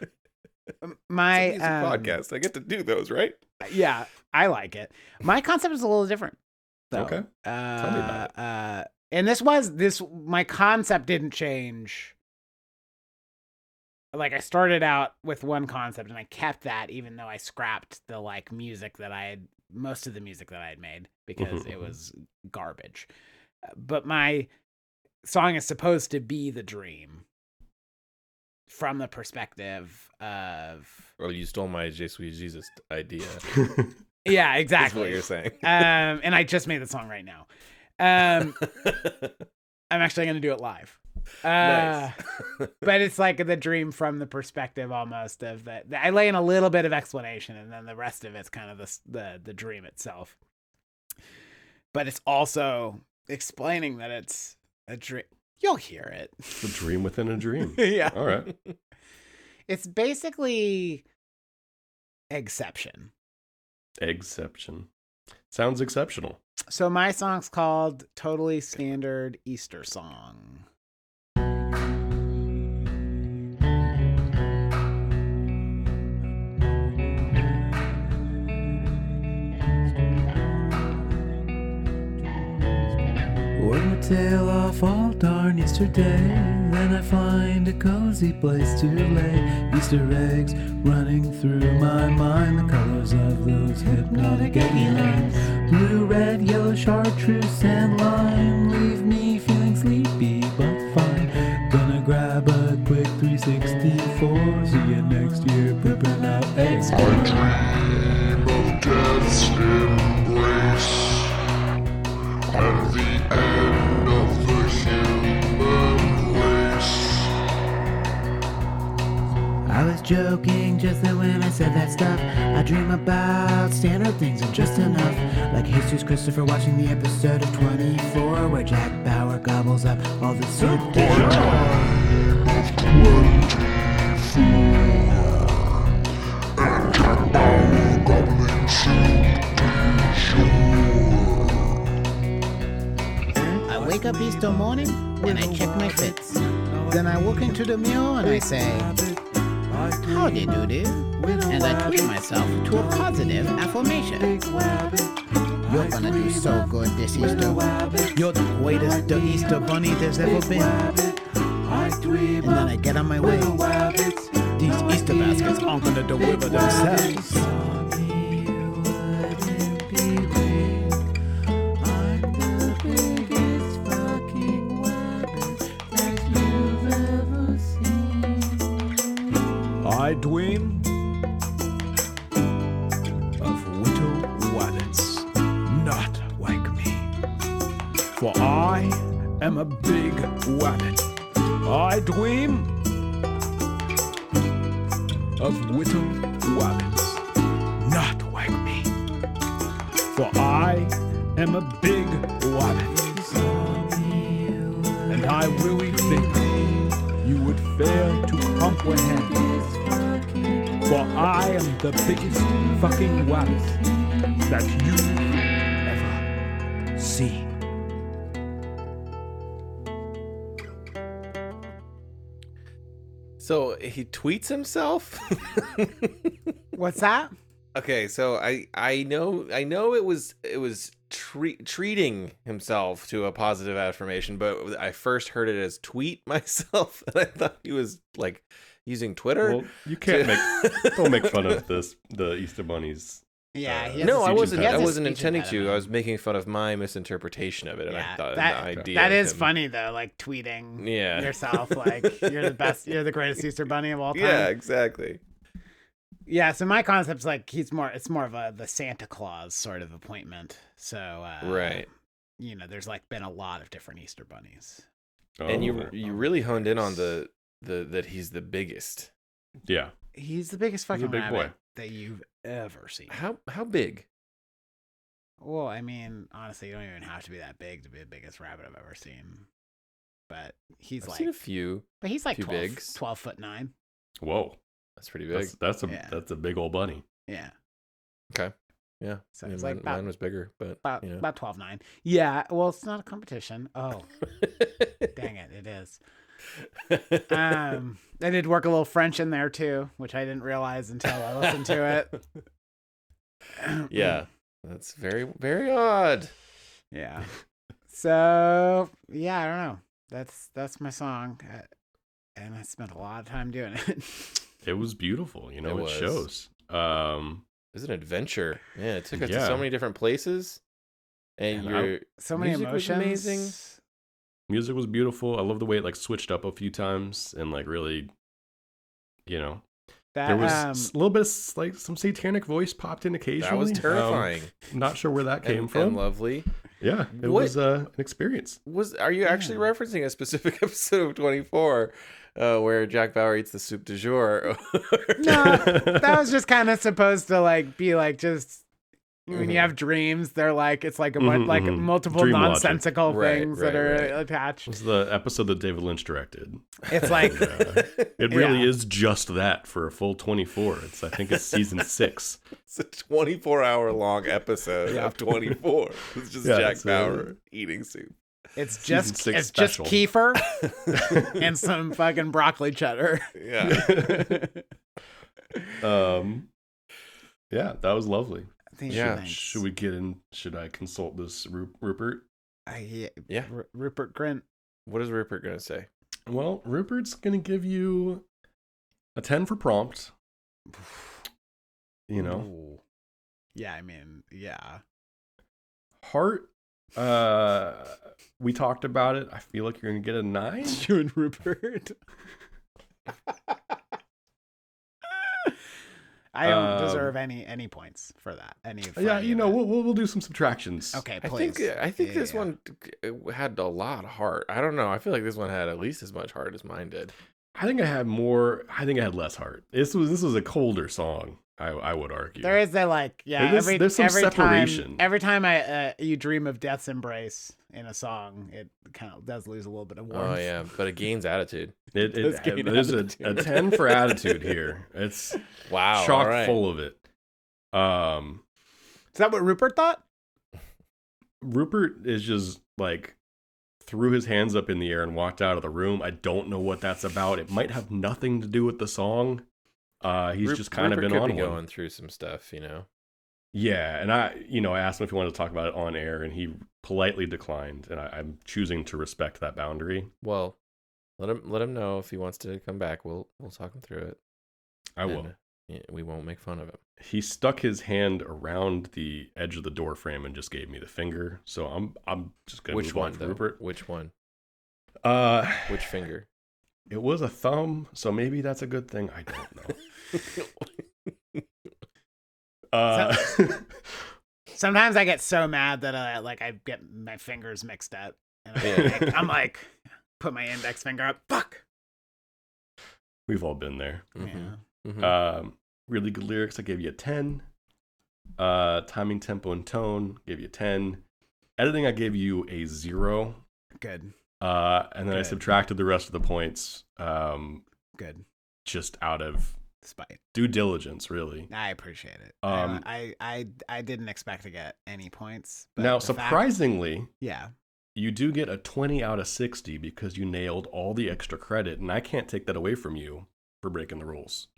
[SPEAKER 1] My
[SPEAKER 2] I,
[SPEAKER 1] um,
[SPEAKER 2] podcast. I get to do those, right?
[SPEAKER 1] Yeah, I like it. My concept is a little different. though.
[SPEAKER 4] Okay.
[SPEAKER 1] Uh,
[SPEAKER 4] me about
[SPEAKER 1] Uh, and this was this. My concept didn't change. Like I started out with one concept, and I kept that, even though I scrapped the like music that I had most of the music that I had made because
[SPEAKER 4] Mm-hmm,
[SPEAKER 1] it was garbage. Uh, But my song is supposed to be the dream from the perspective of
[SPEAKER 2] Oh, you stole my J Sweet Jesus idea.
[SPEAKER 1] Um, yeah,
[SPEAKER 2] That's what
[SPEAKER 1] exactly.
[SPEAKER 2] you're saying.
[SPEAKER 1] um, and I just made the song right now. Um, I'm actually going to do it live. Uh,
[SPEAKER 2] nice.
[SPEAKER 1] but it's like the dream from the perspective almost of that. I lay in a little bit of explanation, and then the rest of it's kind of the s- the the dream itself. But it's also explaining that it's a dream. You'll hear it.
[SPEAKER 4] The dream within a dream.
[SPEAKER 1] yeah,
[SPEAKER 4] All right.
[SPEAKER 1] it's basically exception.
[SPEAKER 4] Exception. Sounds exceptional.
[SPEAKER 1] So my song's called "Totally Standard Easter Song."
[SPEAKER 3] Work my tail off all darn yesterday. Then I find a cozy place to lay. Easter eggs running through my mind. The colors of those hypnotic egulines. Blue, red, yellow, chartreuse, and lime. Leave me feeling sleepy but fine. Gonna grab a quick 364. See you next year, pooping out eggs.
[SPEAKER 5] of death's embrace and the end of the human race.
[SPEAKER 3] I was joking just then when I said that stuff. I dream about standard things and just enough. Like Jesus Christopher watching the episode of 24 where Jack Bauer gobbles up all the soup.
[SPEAKER 1] I wake up Easter morning and I check my fits. Then I walk into the mirror and I say, How do you do this? And I tweet myself to a positive affirmation. You're gonna do so good this Easter. You're the greatest the Easter bunny there's ever been. And then I get on my way. These Easter baskets aren't gonna deliver themselves.
[SPEAKER 6] I dream of little rabbits not like me. For I am a big rabbit. I dream of little rabbits not like me. For I am a big rabbit. And I really think you would fail to comprehend for I am the biggest fucking rabbit that you've ever seen.
[SPEAKER 2] so he tweets himself.
[SPEAKER 1] What's that?
[SPEAKER 2] okay, so I I know I know it was it was tre- treating himself to a positive affirmation, but I first heard it as tweet myself, and I thought he was like using Twitter.
[SPEAKER 4] Well, you can't make don't make fun of this the Easter bunnies.
[SPEAKER 1] Yeah,
[SPEAKER 4] he has
[SPEAKER 2] no,
[SPEAKER 4] a
[SPEAKER 2] I
[SPEAKER 4] speech
[SPEAKER 2] wasn't. I
[SPEAKER 4] impediment.
[SPEAKER 2] wasn't intending to. I
[SPEAKER 1] was.
[SPEAKER 2] was making fun of my misinterpretation of it, and I thought
[SPEAKER 1] that,
[SPEAKER 2] the idea
[SPEAKER 1] that
[SPEAKER 2] of
[SPEAKER 1] is
[SPEAKER 2] him-
[SPEAKER 1] funny though, like tweeting
[SPEAKER 2] Yeah.
[SPEAKER 1] yourself, like you're the best, you're the greatest Easter bunny of all time.
[SPEAKER 2] Yeah, exactly.
[SPEAKER 1] Yeah, So my concept's like he's more, it's more of a the Santa Claus sort of appointment. So uh,
[SPEAKER 2] right.
[SPEAKER 1] you know, there's like been a lot of different Easter bunnies.
[SPEAKER 2] and you
[SPEAKER 4] Oh,
[SPEAKER 2] you really honed in on the the that he's the biggest.
[SPEAKER 4] yeah.
[SPEAKER 1] He's the biggest
[SPEAKER 4] He's a
[SPEAKER 1] fucking
[SPEAKER 4] big
[SPEAKER 1] rabbit
[SPEAKER 4] boy.
[SPEAKER 1] that you've ever seen.
[SPEAKER 2] How how big?
[SPEAKER 1] Well, I mean, honestly, you don't even have to be that big to be the biggest rabbit I've ever seen. But he's
[SPEAKER 2] I've
[SPEAKER 1] like,
[SPEAKER 2] seen a few.
[SPEAKER 1] but he's like
[SPEAKER 2] few
[SPEAKER 1] 12,
[SPEAKER 2] bigs.
[SPEAKER 1] 12 foot nine.
[SPEAKER 4] Whoa.
[SPEAKER 2] That's pretty big.
[SPEAKER 4] That's that's a
[SPEAKER 1] Yeah.
[SPEAKER 4] that's a big old bunny.
[SPEAKER 1] Yeah.
[SPEAKER 2] yeah.
[SPEAKER 1] So
[SPEAKER 2] I mean,
[SPEAKER 1] it's
[SPEAKER 2] mine,
[SPEAKER 1] like about
[SPEAKER 2] mine was bigger, but
[SPEAKER 1] About
[SPEAKER 2] you know.
[SPEAKER 1] about twelve nine. Yeah. Well, it's not a competition. Oh, dang it, it is. Um, I did work a little French in there too, which I didn't realize until I listened to it.
[SPEAKER 2] yeah. That's very very odd.
[SPEAKER 1] Yeah. So yeah, I don't know. That's that's my song, uh, and I spent a lot of time doing it.
[SPEAKER 4] It was beautiful, you know,
[SPEAKER 2] It
[SPEAKER 4] it,
[SPEAKER 2] was.
[SPEAKER 4] shows. Um
[SPEAKER 2] was an adventure. Yeah, it took us to
[SPEAKER 4] Yeah.
[SPEAKER 2] so many different places. And,
[SPEAKER 4] And I-
[SPEAKER 2] you're
[SPEAKER 1] So many
[SPEAKER 2] Music was
[SPEAKER 1] emotions.
[SPEAKER 2] amazing.
[SPEAKER 4] Music was beautiful. I love the way it like switched up a few times and like really, you know,
[SPEAKER 1] That
[SPEAKER 4] there was
[SPEAKER 1] um,
[SPEAKER 4] s- a little bit of s- like some satanic voice popped in occasionally.
[SPEAKER 2] that was
[SPEAKER 4] Um,
[SPEAKER 2] terrifying.
[SPEAKER 4] not sure where that
[SPEAKER 2] and,
[SPEAKER 4] came
[SPEAKER 2] and
[SPEAKER 4] from.
[SPEAKER 2] lovely.
[SPEAKER 4] yeah, it
[SPEAKER 2] What-
[SPEAKER 4] was uh, an experience.
[SPEAKER 2] Was are you actually
[SPEAKER 1] Yeah.
[SPEAKER 2] referencing a specific episode of Twenty Four, uh, where Jack Bauer eats the soup du jour?
[SPEAKER 1] no, that was just kind of supposed to like be like just when
[SPEAKER 2] Mhm.
[SPEAKER 1] you have dreams, they're like it's like a bunch
[SPEAKER 4] Mhm,
[SPEAKER 1] like
[SPEAKER 4] mhm.
[SPEAKER 1] multiple
[SPEAKER 4] Dream logic.
[SPEAKER 1] nonsensical
[SPEAKER 2] Right,
[SPEAKER 1] things
[SPEAKER 2] right,
[SPEAKER 1] that are
[SPEAKER 2] right.
[SPEAKER 1] attached.
[SPEAKER 4] It was the episode that David Lynch directed.
[SPEAKER 1] It's like
[SPEAKER 4] Uh, it really
[SPEAKER 1] Yeah.
[SPEAKER 4] is just that for a full 24. It's I think it's season six.
[SPEAKER 2] It's a 24 hour long episode
[SPEAKER 1] Yeah.
[SPEAKER 2] of 24. It's just
[SPEAKER 4] Yeah,
[SPEAKER 2] Jack
[SPEAKER 4] it's, uh,
[SPEAKER 2] Bauer eating soup.
[SPEAKER 1] it's
[SPEAKER 4] Season
[SPEAKER 1] just
[SPEAKER 4] six
[SPEAKER 1] it's just
[SPEAKER 4] special.
[SPEAKER 1] kefir and some fucking broccoli cheddar.
[SPEAKER 2] Yeah.
[SPEAKER 4] um, yeah, that was lovely.
[SPEAKER 1] These
[SPEAKER 2] Yeah,
[SPEAKER 1] things.
[SPEAKER 4] Should we get in? Should I consult this Ru- Rupert?
[SPEAKER 1] I, yeah,
[SPEAKER 2] Yeah.
[SPEAKER 1] Ru- Rupert Grint.
[SPEAKER 2] What is Rupert going to say?
[SPEAKER 4] Well, Rupert's gonna give you a 10 for prompt. You know,
[SPEAKER 1] Ooh. Yeah, I mean, yeah.
[SPEAKER 4] heart. Uh, we talked about it. I feel like you're gonna get a nine.
[SPEAKER 1] You and Rupert. I don't
[SPEAKER 4] Um,
[SPEAKER 1] deserve any any points for that. Any for
[SPEAKER 4] Uh, Yeah,
[SPEAKER 1] any
[SPEAKER 4] you
[SPEAKER 1] of
[SPEAKER 4] know,
[SPEAKER 1] that.
[SPEAKER 4] we'll, we'll we'll do some subtractions.
[SPEAKER 1] Okay,
[SPEAKER 2] I
[SPEAKER 1] please.
[SPEAKER 2] think I think
[SPEAKER 1] Yeah,
[SPEAKER 2] this
[SPEAKER 1] yeah.
[SPEAKER 2] one uh, had a lot of heart. I don't know. I feel like this one had at least as much heart as mine did.
[SPEAKER 4] I think I had more. I think I had less heart. This was this was a colder song. I I would argue.
[SPEAKER 1] There is a like, yeah.
[SPEAKER 4] There's-
[SPEAKER 1] every
[SPEAKER 4] there's some
[SPEAKER 1] every
[SPEAKER 4] separation.
[SPEAKER 1] time, every time I uh, you dream of death's embrace in a song, it kind of does lose a little bit of warmth.
[SPEAKER 2] Oh yeah, but it gains attitude.
[SPEAKER 4] It,
[SPEAKER 1] Let's
[SPEAKER 4] it,
[SPEAKER 1] gain
[SPEAKER 4] there's a, a
[SPEAKER 1] attitude.
[SPEAKER 4] 10 for attitude here. It's
[SPEAKER 2] Wow.
[SPEAKER 4] chock
[SPEAKER 2] Oh, all right.
[SPEAKER 4] full of it. Um,
[SPEAKER 1] Is that what Rupert thought?
[SPEAKER 4] Rupert is just like threw his hands up in the air and walked out of the room. I don't know what that's about. It might have nothing to do with the song. Uh, he's
[SPEAKER 2] Ru-
[SPEAKER 4] just kind
[SPEAKER 2] Rupert
[SPEAKER 4] of
[SPEAKER 2] could
[SPEAKER 4] been on
[SPEAKER 2] be
[SPEAKER 4] one.
[SPEAKER 2] going through some stuff, you know.
[SPEAKER 4] Yeah, and I, you know, I asked him if he wanted to talk about it on air, and he politely declined. And I, I'm choosing to respect that boundary.
[SPEAKER 2] Well, let him let him know if he wants to come back. We'll we'll talk him through it.
[SPEAKER 4] I will.
[SPEAKER 2] and, uh, yeah, we won't make fun of him.
[SPEAKER 4] he stuck his hand around the edge of the door frame and just gave me the finger. So I'm I'm just gonna
[SPEAKER 2] Which
[SPEAKER 4] move
[SPEAKER 2] one,
[SPEAKER 4] on
[SPEAKER 2] though?
[SPEAKER 4] to Rupert.
[SPEAKER 2] Which one?
[SPEAKER 4] Uh,
[SPEAKER 2] Which finger?
[SPEAKER 4] it was a thumb, so maybe that's a good thing. I don't know. uh,
[SPEAKER 1] Sometimes I get so mad that I like I get my fingers mixed up, and I'm,
[SPEAKER 2] Yeah.
[SPEAKER 1] like, I'm like, put my index finger up. Fuck.
[SPEAKER 4] we've all been there.
[SPEAKER 1] Yeah.
[SPEAKER 2] Mhm, mhm.
[SPEAKER 4] Um, really good lyrics. I gave you a ten. Uh, timing, tempo, and tone. Gave you a ten. Editing, I gave you a zero.
[SPEAKER 1] Good.
[SPEAKER 4] Uh, and then I
[SPEAKER 1] Good.
[SPEAKER 4] subtracted the rest of the points. Um,
[SPEAKER 1] Good.
[SPEAKER 4] just out of
[SPEAKER 1] Spite.
[SPEAKER 4] due diligence, really.
[SPEAKER 1] I appreciate it.
[SPEAKER 4] Um,
[SPEAKER 1] I, I I I didn't expect to get any points. but
[SPEAKER 4] Now,
[SPEAKER 1] the fact-
[SPEAKER 4] surprisingly,
[SPEAKER 1] yeah.
[SPEAKER 4] you do get a 20 out of 60 because you nailed all the extra credit, and I can't take that away from you for breaking the rules.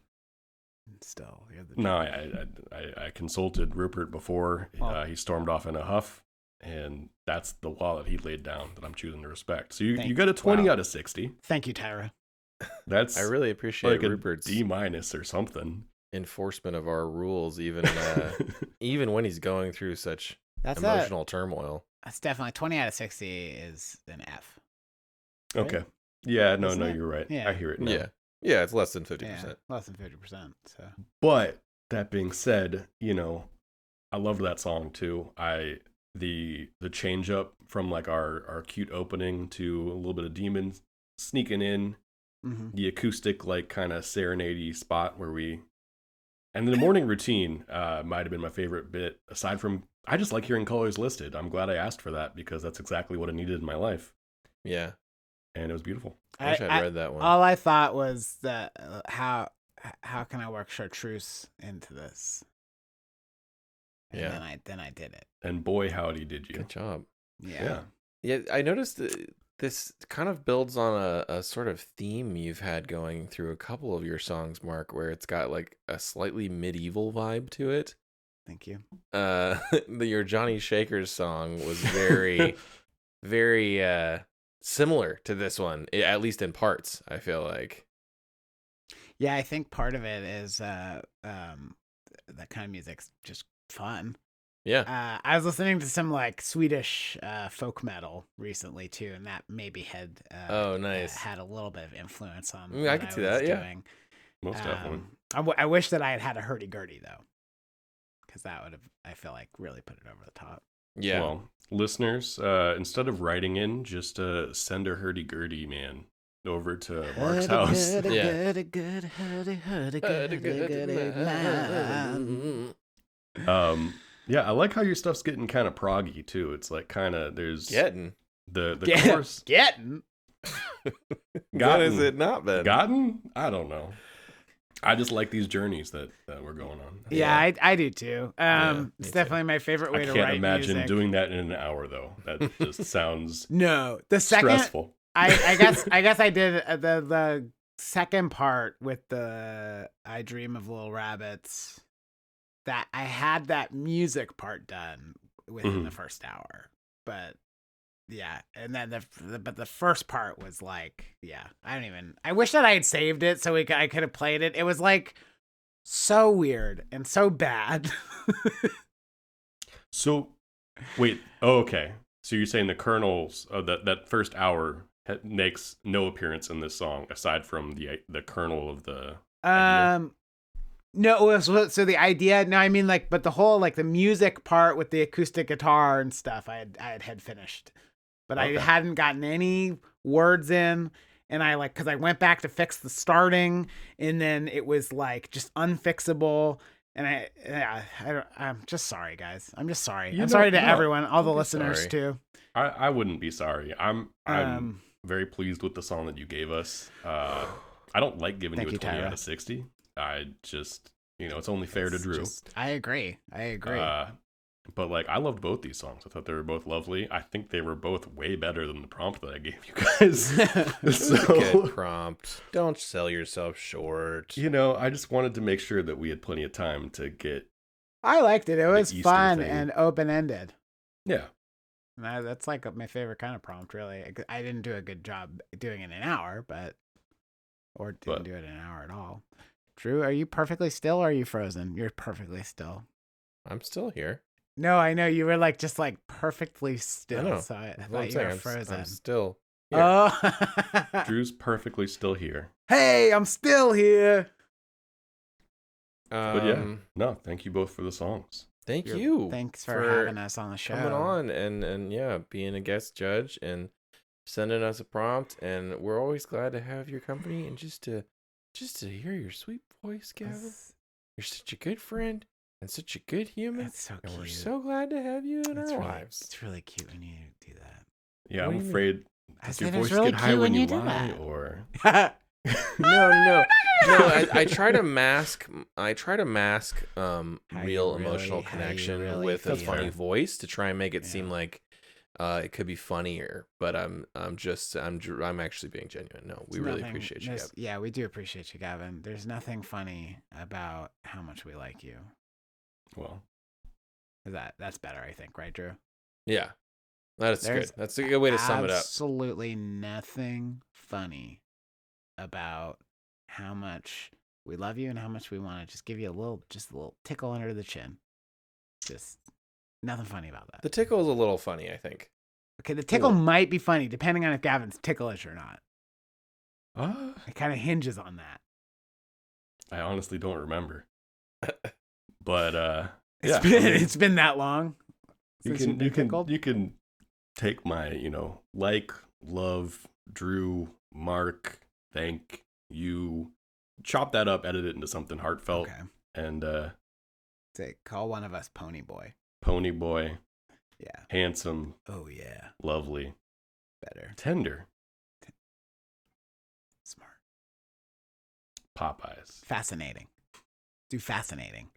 [SPEAKER 1] Still, you're the
[SPEAKER 4] No, I, I, I, I consulted Rupert before
[SPEAKER 1] Well-
[SPEAKER 4] uh, he stormed off in a huff, and that's the law that he laid down that I'm choosing to respect. So you,
[SPEAKER 1] Thank
[SPEAKER 4] you got a 20
[SPEAKER 2] Wow.
[SPEAKER 4] out of 60.
[SPEAKER 1] Thank you, Tyra.
[SPEAKER 4] That's
[SPEAKER 2] I really appreciate
[SPEAKER 4] like a
[SPEAKER 2] Rupert's
[SPEAKER 4] D minus or something.
[SPEAKER 2] enforcement of our rules, even uh, even when he's going through such
[SPEAKER 1] That's a,
[SPEAKER 2] emotional turmoil.
[SPEAKER 1] that's definitely twenty out of sixty is an F.
[SPEAKER 4] okay. Yeah, no,
[SPEAKER 1] Isn't
[SPEAKER 4] no,
[SPEAKER 1] it?
[SPEAKER 4] you're right.
[SPEAKER 1] Yeah.
[SPEAKER 4] I hear it now.
[SPEAKER 2] Yeah, yeah, it's less than fifty
[SPEAKER 1] Yeah,
[SPEAKER 2] percent.
[SPEAKER 1] less than fifty percent. So
[SPEAKER 4] But that being said, you know, I loved that song too. I the the change up from like our our cute opening to a little bit of demon sneaking in
[SPEAKER 1] Mhm.
[SPEAKER 4] the acoustic like kind of serenade spot where we and then the morning routine uh might have been my favorite bit aside from I just like hearing colors listed. I'm glad I asked for that because that's exactly what I needed in my life
[SPEAKER 2] Yeah,
[SPEAKER 4] and it was beautiful.
[SPEAKER 2] I wish I, would
[SPEAKER 1] I-
[SPEAKER 2] read that one.
[SPEAKER 1] all I thought was that uh, how h- how can I work chartreuse into this? And
[SPEAKER 2] Yeah.
[SPEAKER 1] Then I then I did it.
[SPEAKER 4] And boy howdy did you.
[SPEAKER 2] Good job.
[SPEAKER 1] Yeah.
[SPEAKER 4] Yeah.
[SPEAKER 2] Yeah, I noticed that this kind of builds on a, a sort of theme you've had going through a couple of your songs, Mark, where it's got like a slightly medieval vibe to it.
[SPEAKER 1] Thank you.
[SPEAKER 2] Uh, the, your Johnny Shakers song was very, very uh, similar to this one, i- at least in parts. I feel like.
[SPEAKER 1] Yeah, I think part of it is uh um that kind of music's just fun.
[SPEAKER 2] Yeah.
[SPEAKER 1] Uh, I was listening to some like Swedish uh, folk metal recently too, and that maybe had uh,
[SPEAKER 2] Oh, nice.
[SPEAKER 1] uh, had a little bit of influence on.
[SPEAKER 2] Mm, I
[SPEAKER 1] what
[SPEAKER 2] could see
[SPEAKER 1] was
[SPEAKER 2] that, yeah.
[SPEAKER 1] doing.
[SPEAKER 4] Most definitely.
[SPEAKER 1] Um, I, w- I wish that I had had a hurdy gurdy though, because that would have I feel like really put it over the top.
[SPEAKER 2] Yeah.
[SPEAKER 4] Well, listeners, uh, instead of writing in, just uh, send a hurdy gurdy man over to Mark's house.
[SPEAKER 1] Hurdy-gurdy,
[SPEAKER 2] Yeah.
[SPEAKER 1] hurdy-gurdy, hurdy, hurdy-gurdy man.
[SPEAKER 4] Um, yeah, I like how your stuff's getting kind of proggy too. It's like kind of there's
[SPEAKER 2] Getting.
[SPEAKER 4] the the
[SPEAKER 1] Get-
[SPEAKER 4] chorus
[SPEAKER 1] Getting
[SPEAKER 2] What is
[SPEAKER 4] Gotten.
[SPEAKER 2] it not then?
[SPEAKER 4] gotten. I don't know. I just like these journeys that, that we're going on.
[SPEAKER 1] yeah, I, I do too. Um,
[SPEAKER 2] me
[SPEAKER 1] it's
[SPEAKER 2] too.
[SPEAKER 1] definitely my favorite way
[SPEAKER 4] I
[SPEAKER 1] to
[SPEAKER 4] can't
[SPEAKER 1] write
[SPEAKER 4] imagine
[SPEAKER 1] music.
[SPEAKER 4] doing that in an hour though. That just sounds
[SPEAKER 1] No, the second
[SPEAKER 4] stressful.
[SPEAKER 1] I, I guess I guess I did uh, the the second part with the I dream of little rabbits that I had that music part done within the first hour. But yeah, and then the, the but the first part was like, yeah, I don't even I wish that I had saved it so we could, I could have played it. It was like so weird and so bad.
[SPEAKER 4] So, wait. Oh, okay. So you're saying the kernels of that that first hour ha- makes no appearance in this song aside from the uh, the kernel of the idea?
[SPEAKER 1] Um, no, well, so, so the idea. No, I mean like, but the whole like the music part with the acoustic guitar and stuff. I had I had, had finished, but
[SPEAKER 4] Okay.
[SPEAKER 1] I hadn't gotten any words in. And I like because I went back to fix the starting, and then it was like just unfixable. And I, yeah, I don't, I'm just sorry, guys. I'm just sorry.
[SPEAKER 4] You
[SPEAKER 1] I'm
[SPEAKER 4] know-
[SPEAKER 1] sorry to
[SPEAKER 4] no,
[SPEAKER 1] everyone, all the
[SPEAKER 2] don't be
[SPEAKER 1] listeners
[SPEAKER 2] sorry.
[SPEAKER 1] too.
[SPEAKER 4] I I wouldn't be sorry. I'm I'm
[SPEAKER 1] Um,
[SPEAKER 4] very pleased with the song that you gave us. Uh, I don't like giving you
[SPEAKER 1] Thank
[SPEAKER 4] a
[SPEAKER 1] you,
[SPEAKER 4] 20
[SPEAKER 1] Tyra.
[SPEAKER 4] out of 60. I just you know it's only fair to
[SPEAKER 1] it's
[SPEAKER 4] Drew.
[SPEAKER 1] just- I agree. I agree.
[SPEAKER 4] Uh, but like I loved both these songs. I thought they were both lovely. I think they were both way better than the prompt that I gave you guys.
[SPEAKER 2] Good
[SPEAKER 4] so
[SPEAKER 2] prompt. Don't sell yourself short.
[SPEAKER 4] you know, I just wanted to make sure that we had plenty of time to get
[SPEAKER 1] I liked it. It was
[SPEAKER 4] Easter
[SPEAKER 1] fun
[SPEAKER 4] thing.
[SPEAKER 1] and open ended.
[SPEAKER 4] yeah.
[SPEAKER 1] And I, that's like my favorite kind of prompt, really. I- I didn't do a good job doing it in an hour, but or didn't
[SPEAKER 4] But-
[SPEAKER 1] do it in an hour at all. Drew, are you perfectly still or are you frozen? You're perfectly still.
[SPEAKER 2] I'm still here.
[SPEAKER 1] No, I know you were like just like perfectly still.
[SPEAKER 2] know.
[SPEAKER 1] So I, I
[SPEAKER 2] Well,
[SPEAKER 1] thought you were
[SPEAKER 2] I'm, saying, I'm s-
[SPEAKER 1] frozen.
[SPEAKER 2] I'm still. here.
[SPEAKER 1] oh,
[SPEAKER 4] Drew's perfectly still here.
[SPEAKER 1] hey, I'm still here.
[SPEAKER 4] But yeah,
[SPEAKER 2] Um,
[SPEAKER 4] no, thank you both for the songs.
[SPEAKER 2] Thank
[SPEAKER 1] You're-
[SPEAKER 2] you.
[SPEAKER 1] Thanks for,
[SPEAKER 2] for
[SPEAKER 1] having us on the show.
[SPEAKER 2] coming on and and yeah, being a guest judge and sending us a prompt. And we're always glad to have your company and just to just to hear your sweet voice, Gavin.
[SPEAKER 1] That's,
[SPEAKER 2] You're such a good friend and such a good human.
[SPEAKER 1] that's so
[SPEAKER 2] and
[SPEAKER 1] cute.
[SPEAKER 2] we're so glad to have you in
[SPEAKER 1] That's
[SPEAKER 2] our
[SPEAKER 1] really-
[SPEAKER 2] lives.
[SPEAKER 1] It's really cute when you do that.
[SPEAKER 4] Yeah,
[SPEAKER 2] What do
[SPEAKER 4] I'm
[SPEAKER 2] you mean?
[SPEAKER 4] afraid.
[SPEAKER 1] I
[SPEAKER 4] Does
[SPEAKER 1] said
[SPEAKER 4] your
[SPEAKER 1] it was
[SPEAKER 4] voice
[SPEAKER 1] really
[SPEAKER 4] get high
[SPEAKER 1] cute
[SPEAKER 4] when
[SPEAKER 1] when
[SPEAKER 4] you,
[SPEAKER 1] you do
[SPEAKER 4] lie,
[SPEAKER 1] that.
[SPEAKER 4] or
[SPEAKER 2] Oh. no, Oh, no, no. I, I try to mask. I try to mask um,
[SPEAKER 1] How you
[SPEAKER 2] real
[SPEAKER 1] really-
[SPEAKER 2] emotional
[SPEAKER 1] how you
[SPEAKER 2] connection
[SPEAKER 1] really
[SPEAKER 2] with a
[SPEAKER 4] feel.
[SPEAKER 2] funny
[SPEAKER 4] Fair.
[SPEAKER 2] voice to try and make it
[SPEAKER 1] Yeah.
[SPEAKER 2] seem like uh, it could be funnier. But I'm, I'm just, I'm, dr- I'm actually being genuine. No,
[SPEAKER 1] It's
[SPEAKER 2] we really
[SPEAKER 1] nothing-
[SPEAKER 2] appreciate you.
[SPEAKER 1] there's- Yeah, we do appreciate you, Gavin. There's nothing funny about how much we like you.
[SPEAKER 4] well,
[SPEAKER 1] Is That that's better, I think, right, Drew?
[SPEAKER 2] Gavin. Yeah, that's good.
[SPEAKER 1] There's
[SPEAKER 2] That's a good way to sum it up.
[SPEAKER 1] Absolutely nothing funny about how much we love you and how much we want to just give you a little, just a little tickle under the chin. Just nothing funny about that.
[SPEAKER 2] The tickle is a little funny, I think.
[SPEAKER 1] okay, the tickle
[SPEAKER 2] Ooh.
[SPEAKER 1] might be funny depending on if Gavin's ticklish or not.
[SPEAKER 4] uh,
[SPEAKER 1] It kind of hinges on that.
[SPEAKER 4] I honestly don't remember. but uh,
[SPEAKER 1] It's
[SPEAKER 4] yeah, I
[SPEAKER 1] been
[SPEAKER 4] mean,
[SPEAKER 1] it's been that long.
[SPEAKER 4] you
[SPEAKER 1] since
[SPEAKER 4] can
[SPEAKER 1] you've been
[SPEAKER 4] you can
[SPEAKER 1] tickled.
[SPEAKER 4] you can take my you know like love Drew Mark thank you chop that up edit it into something heartfelt
[SPEAKER 1] Okay.
[SPEAKER 4] and uh,
[SPEAKER 1] Say, call one of us Pony Boy.
[SPEAKER 4] Pony Boy
[SPEAKER 1] Yeah.
[SPEAKER 4] handsome
[SPEAKER 1] Oh yeah.
[SPEAKER 4] lovely
[SPEAKER 1] Better.
[SPEAKER 4] tender
[SPEAKER 1] Smart.
[SPEAKER 4] Popeyes
[SPEAKER 1] Fascinating. Do fascinating.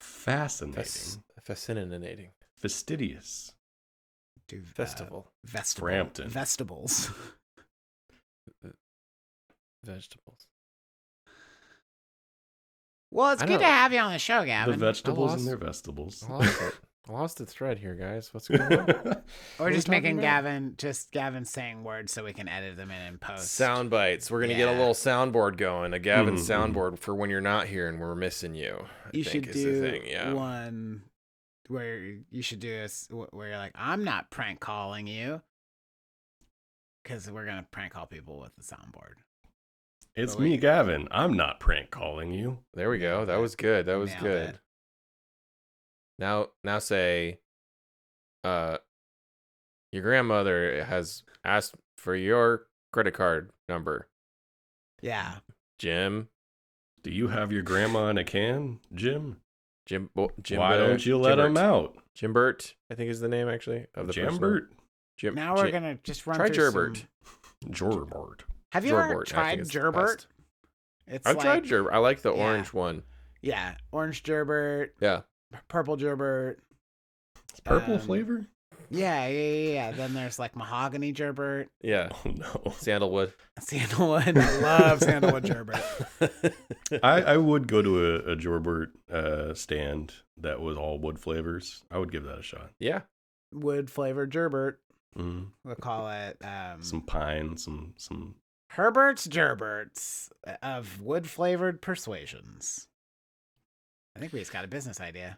[SPEAKER 4] fascinating
[SPEAKER 2] That's fascinating.
[SPEAKER 4] fastidious
[SPEAKER 1] Do uh,
[SPEAKER 2] Festival,
[SPEAKER 1] vestibule-
[SPEAKER 4] Frampton.
[SPEAKER 1] Vestibles.
[SPEAKER 2] vegetables.
[SPEAKER 1] well, it's
[SPEAKER 2] I
[SPEAKER 1] good to
[SPEAKER 2] don't-
[SPEAKER 1] have you on the show, Gavin.
[SPEAKER 4] the vegetables
[SPEAKER 2] lost-
[SPEAKER 4] and their vegetables
[SPEAKER 2] I lost it. I lost the thread here, guys. What's going on?
[SPEAKER 1] Or
[SPEAKER 2] we
[SPEAKER 1] just
[SPEAKER 2] talking
[SPEAKER 1] making
[SPEAKER 2] about?
[SPEAKER 1] Gavin just Gavin saying words so we can edit them in and post.
[SPEAKER 2] sound bites. We're gonna get a
[SPEAKER 1] Yeah.
[SPEAKER 2] little soundboard going, a Gavin
[SPEAKER 4] Mhm, mhm.
[SPEAKER 2] soundboard for when you're not here and we're missing you. I
[SPEAKER 1] you
[SPEAKER 2] think
[SPEAKER 1] should
[SPEAKER 2] is
[SPEAKER 1] do
[SPEAKER 2] the thing. Yeah.
[SPEAKER 1] one where you should do this where you're like, I'm not prank calling you. Because we're gonna prank call people with the soundboard.
[SPEAKER 4] it's
[SPEAKER 1] But wait.
[SPEAKER 4] me, Gavin. I'm not prank calling you.
[SPEAKER 2] There we go. That was good. That was
[SPEAKER 1] Nailed
[SPEAKER 2] good.
[SPEAKER 1] it.
[SPEAKER 2] Now, now say, uh, your grandmother has asked for your credit card number,
[SPEAKER 1] Yeah.
[SPEAKER 2] Jim.
[SPEAKER 4] Do you have your grandma in a can, Jim?
[SPEAKER 2] Jim. Bo- Jim.
[SPEAKER 4] Why
[SPEAKER 2] Bert-
[SPEAKER 4] don't you let
[SPEAKER 2] Jimbert.
[SPEAKER 4] him out,
[SPEAKER 2] Jimbert, I think is the name actually of the person.
[SPEAKER 4] Jambert?
[SPEAKER 2] Jim.
[SPEAKER 1] Now we're
[SPEAKER 2] Jim-
[SPEAKER 1] gonna just run
[SPEAKER 2] Try
[SPEAKER 1] through
[SPEAKER 2] Gerbert.
[SPEAKER 1] some-
[SPEAKER 4] Jorbert.
[SPEAKER 1] Have you
[SPEAKER 2] Gerbert, I
[SPEAKER 1] ever
[SPEAKER 2] think
[SPEAKER 1] tried
[SPEAKER 2] it's the
[SPEAKER 1] Gerbert?
[SPEAKER 2] best.
[SPEAKER 1] It's
[SPEAKER 2] I've
[SPEAKER 1] like,
[SPEAKER 2] tried Gerbert. I like the
[SPEAKER 1] Yeah.
[SPEAKER 2] orange one.
[SPEAKER 1] Yeah, orange Gerbert,
[SPEAKER 2] Yeah.
[SPEAKER 1] p- purple Gerbert.
[SPEAKER 4] It's purple
[SPEAKER 1] um,
[SPEAKER 4] flavor?
[SPEAKER 1] Yeah, yeah, yeah, yeah. Then there's like mahogany Gerbert,
[SPEAKER 2] Yeah.
[SPEAKER 4] Oh no.
[SPEAKER 2] Sandalwood.
[SPEAKER 1] sandalwood. I love sandalwood Gerbert.
[SPEAKER 4] I, I would go to a, a Jorbert uh, stand that was all wood flavors. I would give that a shot.
[SPEAKER 2] yeah.
[SPEAKER 1] Wood flavored Gerbert.
[SPEAKER 4] Mm.
[SPEAKER 1] We'll call it um,
[SPEAKER 4] Some pine, some some
[SPEAKER 1] Herbert's Gerberts uh, of wood flavored persuasions. I think we just got a business idea.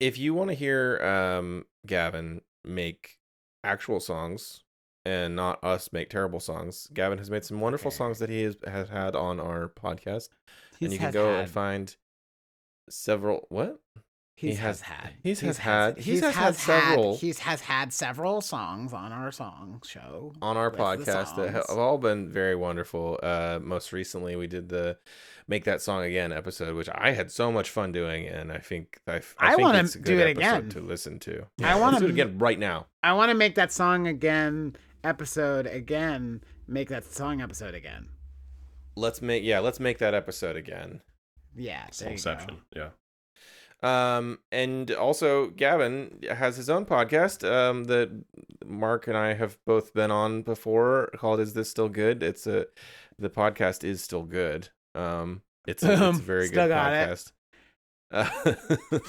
[SPEAKER 2] if you want to hear um Gavin make actual songs and not us make terrible songs, Gavin has made some wonderful
[SPEAKER 1] Okay.
[SPEAKER 2] songs that he has, has had on our podcast,
[SPEAKER 1] He's
[SPEAKER 2] and you can
[SPEAKER 1] has
[SPEAKER 2] go
[SPEAKER 1] had-
[SPEAKER 2] and find several. What he
[SPEAKER 1] he's
[SPEAKER 2] has-
[SPEAKER 1] had.
[SPEAKER 2] he's has had- he's has had several-
[SPEAKER 1] He's has had several songs on our song show.
[SPEAKER 2] on our
[SPEAKER 1] With the
[SPEAKER 2] podcast that have
[SPEAKER 1] songs.
[SPEAKER 2] all been very wonderful. Uh, most recently we did the "Make That Song Again" episode, which I had so much fun doing, and I think I,
[SPEAKER 1] I
[SPEAKER 2] think
[SPEAKER 1] wanna
[SPEAKER 2] it's a good
[SPEAKER 1] do it
[SPEAKER 2] episode
[SPEAKER 1] again.
[SPEAKER 2] to listen to.
[SPEAKER 1] I want
[SPEAKER 2] Let's do it
[SPEAKER 1] to
[SPEAKER 2] again right now.
[SPEAKER 1] I want to make that song again episode again. Make that song episode again.
[SPEAKER 2] Let's make yeah, let's make that episode again.
[SPEAKER 1] Yeah, there you go.
[SPEAKER 4] section. Yeah.
[SPEAKER 2] Um, and also Gavin has his own podcast um, that Mark and I have both been on before called "Is This Still Good?" It's a the podcast is still good. Um, it's a, it's a
[SPEAKER 1] Um,
[SPEAKER 2] very
[SPEAKER 1] still
[SPEAKER 2] good
[SPEAKER 1] got it.
[SPEAKER 2] podcast.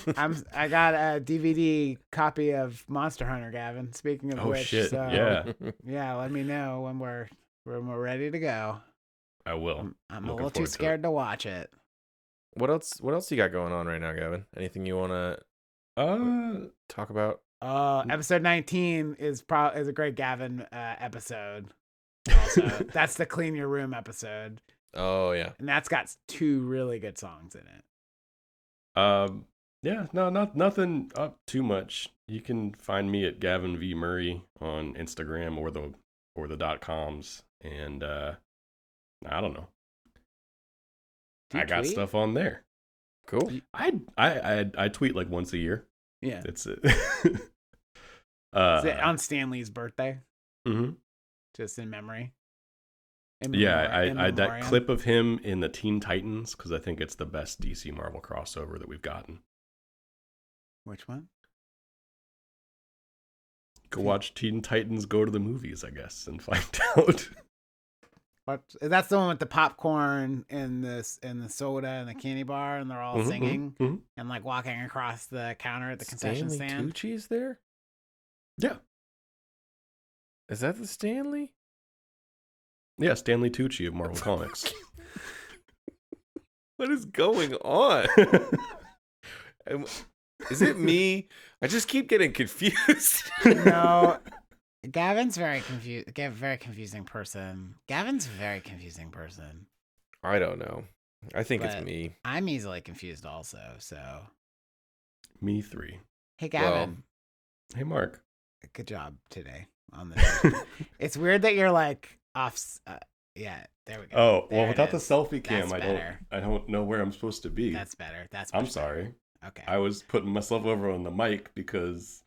[SPEAKER 2] Uh,
[SPEAKER 1] I'm I got a DVD copy of Monster Hunter, Gavin. Speaking of
[SPEAKER 4] Oh
[SPEAKER 1] which,
[SPEAKER 4] shit.
[SPEAKER 1] so,
[SPEAKER 4] Yeah,
[SPEAKER 1] yeah, Let me know when we're when we're ready to go.
[SPEAKER 4] I will.
[SPEAKER 1] I'm, I'm a
[SPEAKER 4] looking
[SPEAKER 1] little too
[SPEAKER 4] forward to it.
[SPEAKER 1] scared to, watch it.
[SPEAKER 2] what else? What else you got going on right now, Gavin? Anything you want to
[SPEAKER 4] Uh,
[SPEAKER 2] talk about?
[SPEAKER 1] Uh,
[SPEAKER 4] Mm.
[SPEAKER 1] episode 19 is pro is a great Gavin uh, episode. Also, that's the clean your room episode,
[SPEAKER 2] Oh yeah,
[SPEAKER 1] and that's got two really good songs in it.
[SPEAKER 4] Um, yeah, no, not nothing up too much. You can find me at Gavin V Murray on Instagram or the or the dot coms, and uh, I don't know.
[SPEAKER 1] Do you
[SPEAKER 4] I got
[SPEAKER 1] tweet?
[SPEAKER 4] stuff on there.
[SPEAKER 2] cool.
[SPEAKER 4] I I I, I tweet like once a year.
[SPEAKER 1] Yeah,
[SPEAKER 4] That's it. uh,
[SPEAKER 1] Is it on Stanley's birthday,
[SPEAKER 4] mhm.
[SPEAKER 1] just in memory. In
[SPEAKER 4] Yeah,
[SPEAKER 1] memori- in
[SPEAKER 4] I, I that
[SPEAKER 1] memoriam?
[SPEAKER 4] clip of him in the Teen Titans because I think it's the best DC Marvel crossover that we've gotten.
[SPEAKER 1] Which one?
[SPEAKER 4] Go
[SPEAKER 1] Hmm.
[SPEAKER 4] watch Teen Titans go to the movies, I guess, and find out.
[SPEAKER 1] What? That's the one with the popcorn and this and the soda and the candy bar, and they're all
[SPEAKER 4] Mhm, mhm,
[SPEAKER 1] singing
[SPEAKER 4] mhm.
[SPEAKER 1] and like walking across the counter at the concession
[SPEAKER 2] Stanley
[SPEAKER 1] stand.
[SPEAKER 2] Tucci's there.
[SPEAKER 4] Yeah.
[SPEAKER 2] Is that the Stanley?
[SPEAKER 4] Yeah, Stanley Tucci of Marvel Comics.
[SPEAKER 2] What is going on? Am- Is it me? I just keep getting confused.
[SPEAKER 1] no, Gavin's very confused. very confusing person. Gavin's a very confusing person.
[SPEAKER 2] I don't know. I think
[SPEAKER 1] But-
[SPEAKER 2] it's me.
[SPEAKER 1] I'm easily confused also. So,
[SPEAKER 4] Me three.
[SPEAKER 1] hey,
[SPEAKER 2] Well-
[SPEAKER 1] Gavin,
[SPEAKER 4] Hey, Mark.
[SPEAKER 1] good job today on this. it's weird that you're like off. s- Uh, yeah, there we go.
[SPEAKER 4] Oh
[SPEAKER 1] There
[SPEAKER 4] well,
[SPEAKER 1] it
[SPEAKER 4] without the
[SPEAKER 1] is.
[SPEAKER 4] selfie cam,
[SPEAKER 1] That's
[SPEAKER 4] I don't.
[SPEAKER 1] better.
[SPEAKER 4] I don't know where I'm supposed to be.
[SPEAKER 1] That's better. That's
[SPEAKER 4] I'm
[SPEAKER 1] much better.
[SPEAKER 4] sorry.
[SPEAKER 1] Okay.
[SPEAKER 4] I was putting myself over on the mic because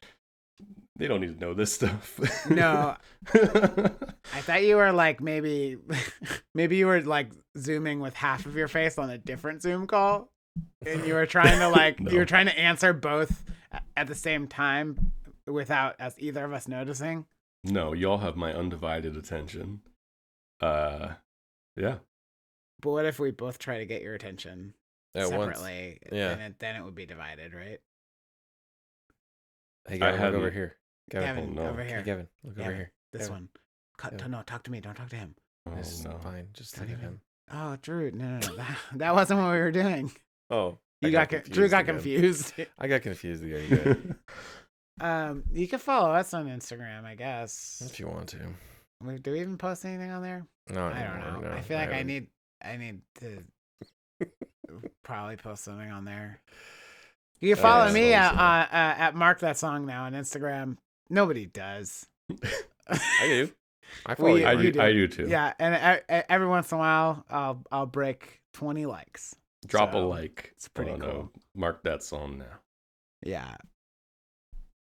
[SPEAKER 4] they don't need to know this stuff.
[SPEAKER 1] no, I thought you were like maybe maybe you were like zooming with half of your face on a different Zoom call and you were trying to like
[SPEAKER 4] No.
[SPEAKER 1] you were trying to answer both a- at the same time without us either of us noticing.
[SPEAKER 4] no, y'all have my undivided attention. Uh, yeah.
[SPEAKER 1] But what if we both try to get your attention
[SPEAKER 2] At once.
[SPEAKER 1] separately?
[SPEAKER 2] Yeah.
[SPEAKER 1] Then it, then it would be divided, right?
[SPEAKER 2] Hey, Gavin, look
[SPEAKER 4] hadn't-
[SPEAKER 2] over here. Gavin,
[SPEAKER 4] Gavin, no.
[SPEAKER 1] over
[SPEAKER 4] Hey,
[SPEAKER 2] Hey,
[SPEAKER 1] here.
[SPEAKER 2] Gavin, look over
[SPEAKER 1] Gavin,
[SPEAKER 2] here.
[SPEAKER 1] This
[SPEAKER 2] Gavin.
[SPEAKER 1] one. Cut,
[SPEAKER 2] Gavin.
[SPEAKER 1] No, talk to me. Don't talk to him.
[SPEAKER 4] Oh,
[SPEAKER 2] this is
[SPEAKER 4] no.
[SPEAKER 2] fine. Just
[SPEAKER 1] Don't
[SPEAKER 2] look at
[SPEAKER 1] even-
[SPEAKER 2] him.
[SPEAKER 1] Oh, Drew. No, no, no. That, that wasn't what we were doing.
[SPEAKER 2] Oh,
[SPEAKER 1] You
[SPEAKER 2] I
[SPEAKER 1] got, co- Drew got
[SPEAKER 2] again.
[SPEAKER 1] confused.
[SPEAKER 2] I got confused again. you guys,
[SPEAKER 1] um, you can follow us on Instagram, I guess.
[SPEAKER 2] if you want to.
[SPEAKER 1] We- Do we even post anything on there?
[SPEAKER 2] No,
[SPEAKER 1] I don't know.
[SPEAKER 2] No,
[SPEAKER 1] I feel like I
[SPEAKER 2] haven't.
[SPEAKER 1] need I need to probably post something on there. You can
[SPEAKER 2] Uh,
[SPEAKER 1] follow
[SPEAKER 2] yeah,
[SPEAKER 1] me
[SPEAKER 2] so-
[SPEAKER 1] at, uh, uh, at Mark That Song now on Instagram. Nobody does.
[SPEAKER 2] I do. I
[SPEAKER 1] Well,
[SPEAKER 2] follow
[SPEAKER 1] you-
[SPEAKER 2] you.
[SPEAKER 4] I,
[SPEAKER 2] Mark.
[SPEAKER 1] you do.
[SPEAKER 4] do, I do too.
[SPEAKER 1] Yeah, and I, I- every once in a while, I'll I'll break twenty likes.
[SPEAKER 4] Drop a
[SPEAKER 1] So,
[SPEAKER 4] like.
[SPEAKER 1] it's pretty
[SPEAKER 4] on, uh,
[SPEAKER 1] cool.
[SPEAKER 4] Mark that song now.
[SPEAKER 1] Yeah,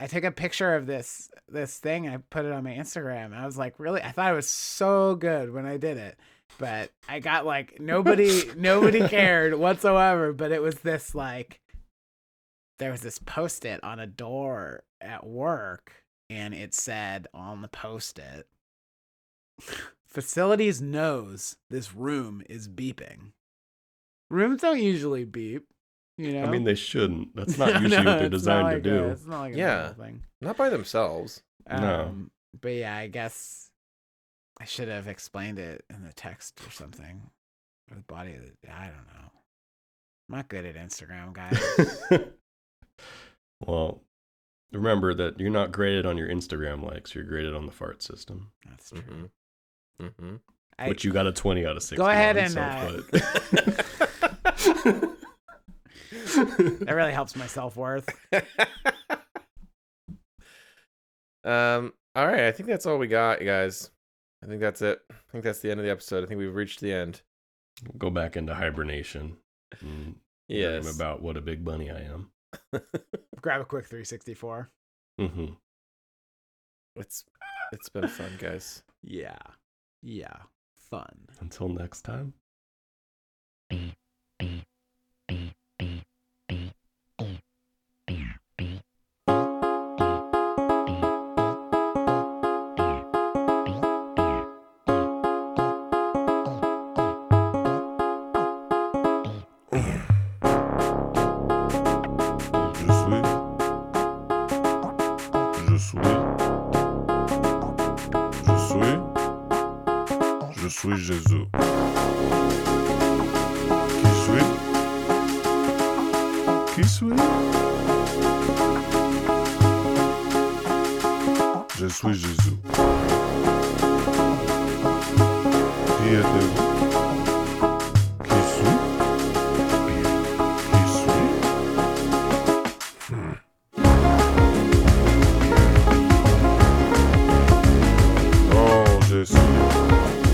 [SPEAKER 1] I took a picture of this this thing. I put it on my Instagram. I was like, really? I thought it was so good when I did it, but I got like nobody nobody cared whatsoever. But it was this like there was this post it on a door at work, and it said on the post it. Facilities knows this room is beeping. Rooms don't usually beep, you know.
[SPEAKER 4] I mean, they shouldn't. That's
[SPEAKER 1] No,
[SPEAKER 4] not usually
[SPEAKER 1] no,
[SPEAKER 4] what they're
[SPEAKER 1] it's
[SPEAKER 4] designed
[SPEAKER 1] not
[SPEAKER 4] to
[SPEAKER 1] like
[SPEAKER 4] do.
[SPEAKER 1] a- it's not like a
[SPEAKER 2] Yeah.
[SPEAKER 1] normal thing.
[SPEAKER 2] Not by themselves.
[SPEAKER 4] No.
[SPEAKER 1] Um, But yeah, I guess I should have explained it in the text or something. Or the body of the, I don't know. I'm not good at Instagram, guys.
[SPEAKER 4] well, remember that you're not graded on your Instagram likes. You're graded on the fart system,
[SPEAKER 1] That's true.
[SPEAKER 2] Mm-hmm. Mm-hmm.
[SPEAKER 1] I-
[SPEAKER 4] which you got a 20 out of 60.
[SPEAKER 1] Go ahead
[SPEAKER 4] on,
[SPEAKER 1] and,
[SPEAKER 4] so,
[SPEAKER 1] uh,
[SPEAKER 4] but-
[SPEAKER 1] that really helps my self worth.
[SPEAKER 2] um. All right. I think that's all we got, you guys. I think that's it. I think that's the end of the episode. I think we've reached the end.
[SPEAKER 4] Go back into hibernation. And
[SPEAKER 2] Yes.
[SPEAKER 4] Dream about what a big bunny I am.
[SPEAKER 1] Grab a quick 364.
[SPEAKER 4] hmm
[SPEAKER 2] It's it's been fun, guys.
[SPEAKER 1] Yeah. Yeah. Fun.
[SPEAKER 4] Until next time.
[SPEAKER 5] Je suis. Je suis. Je suis. Je suis Jésus. Qui suis Qui suis Je suis Jésus. Qui êtes-vous Qui suis Qui suis Oh, je suis.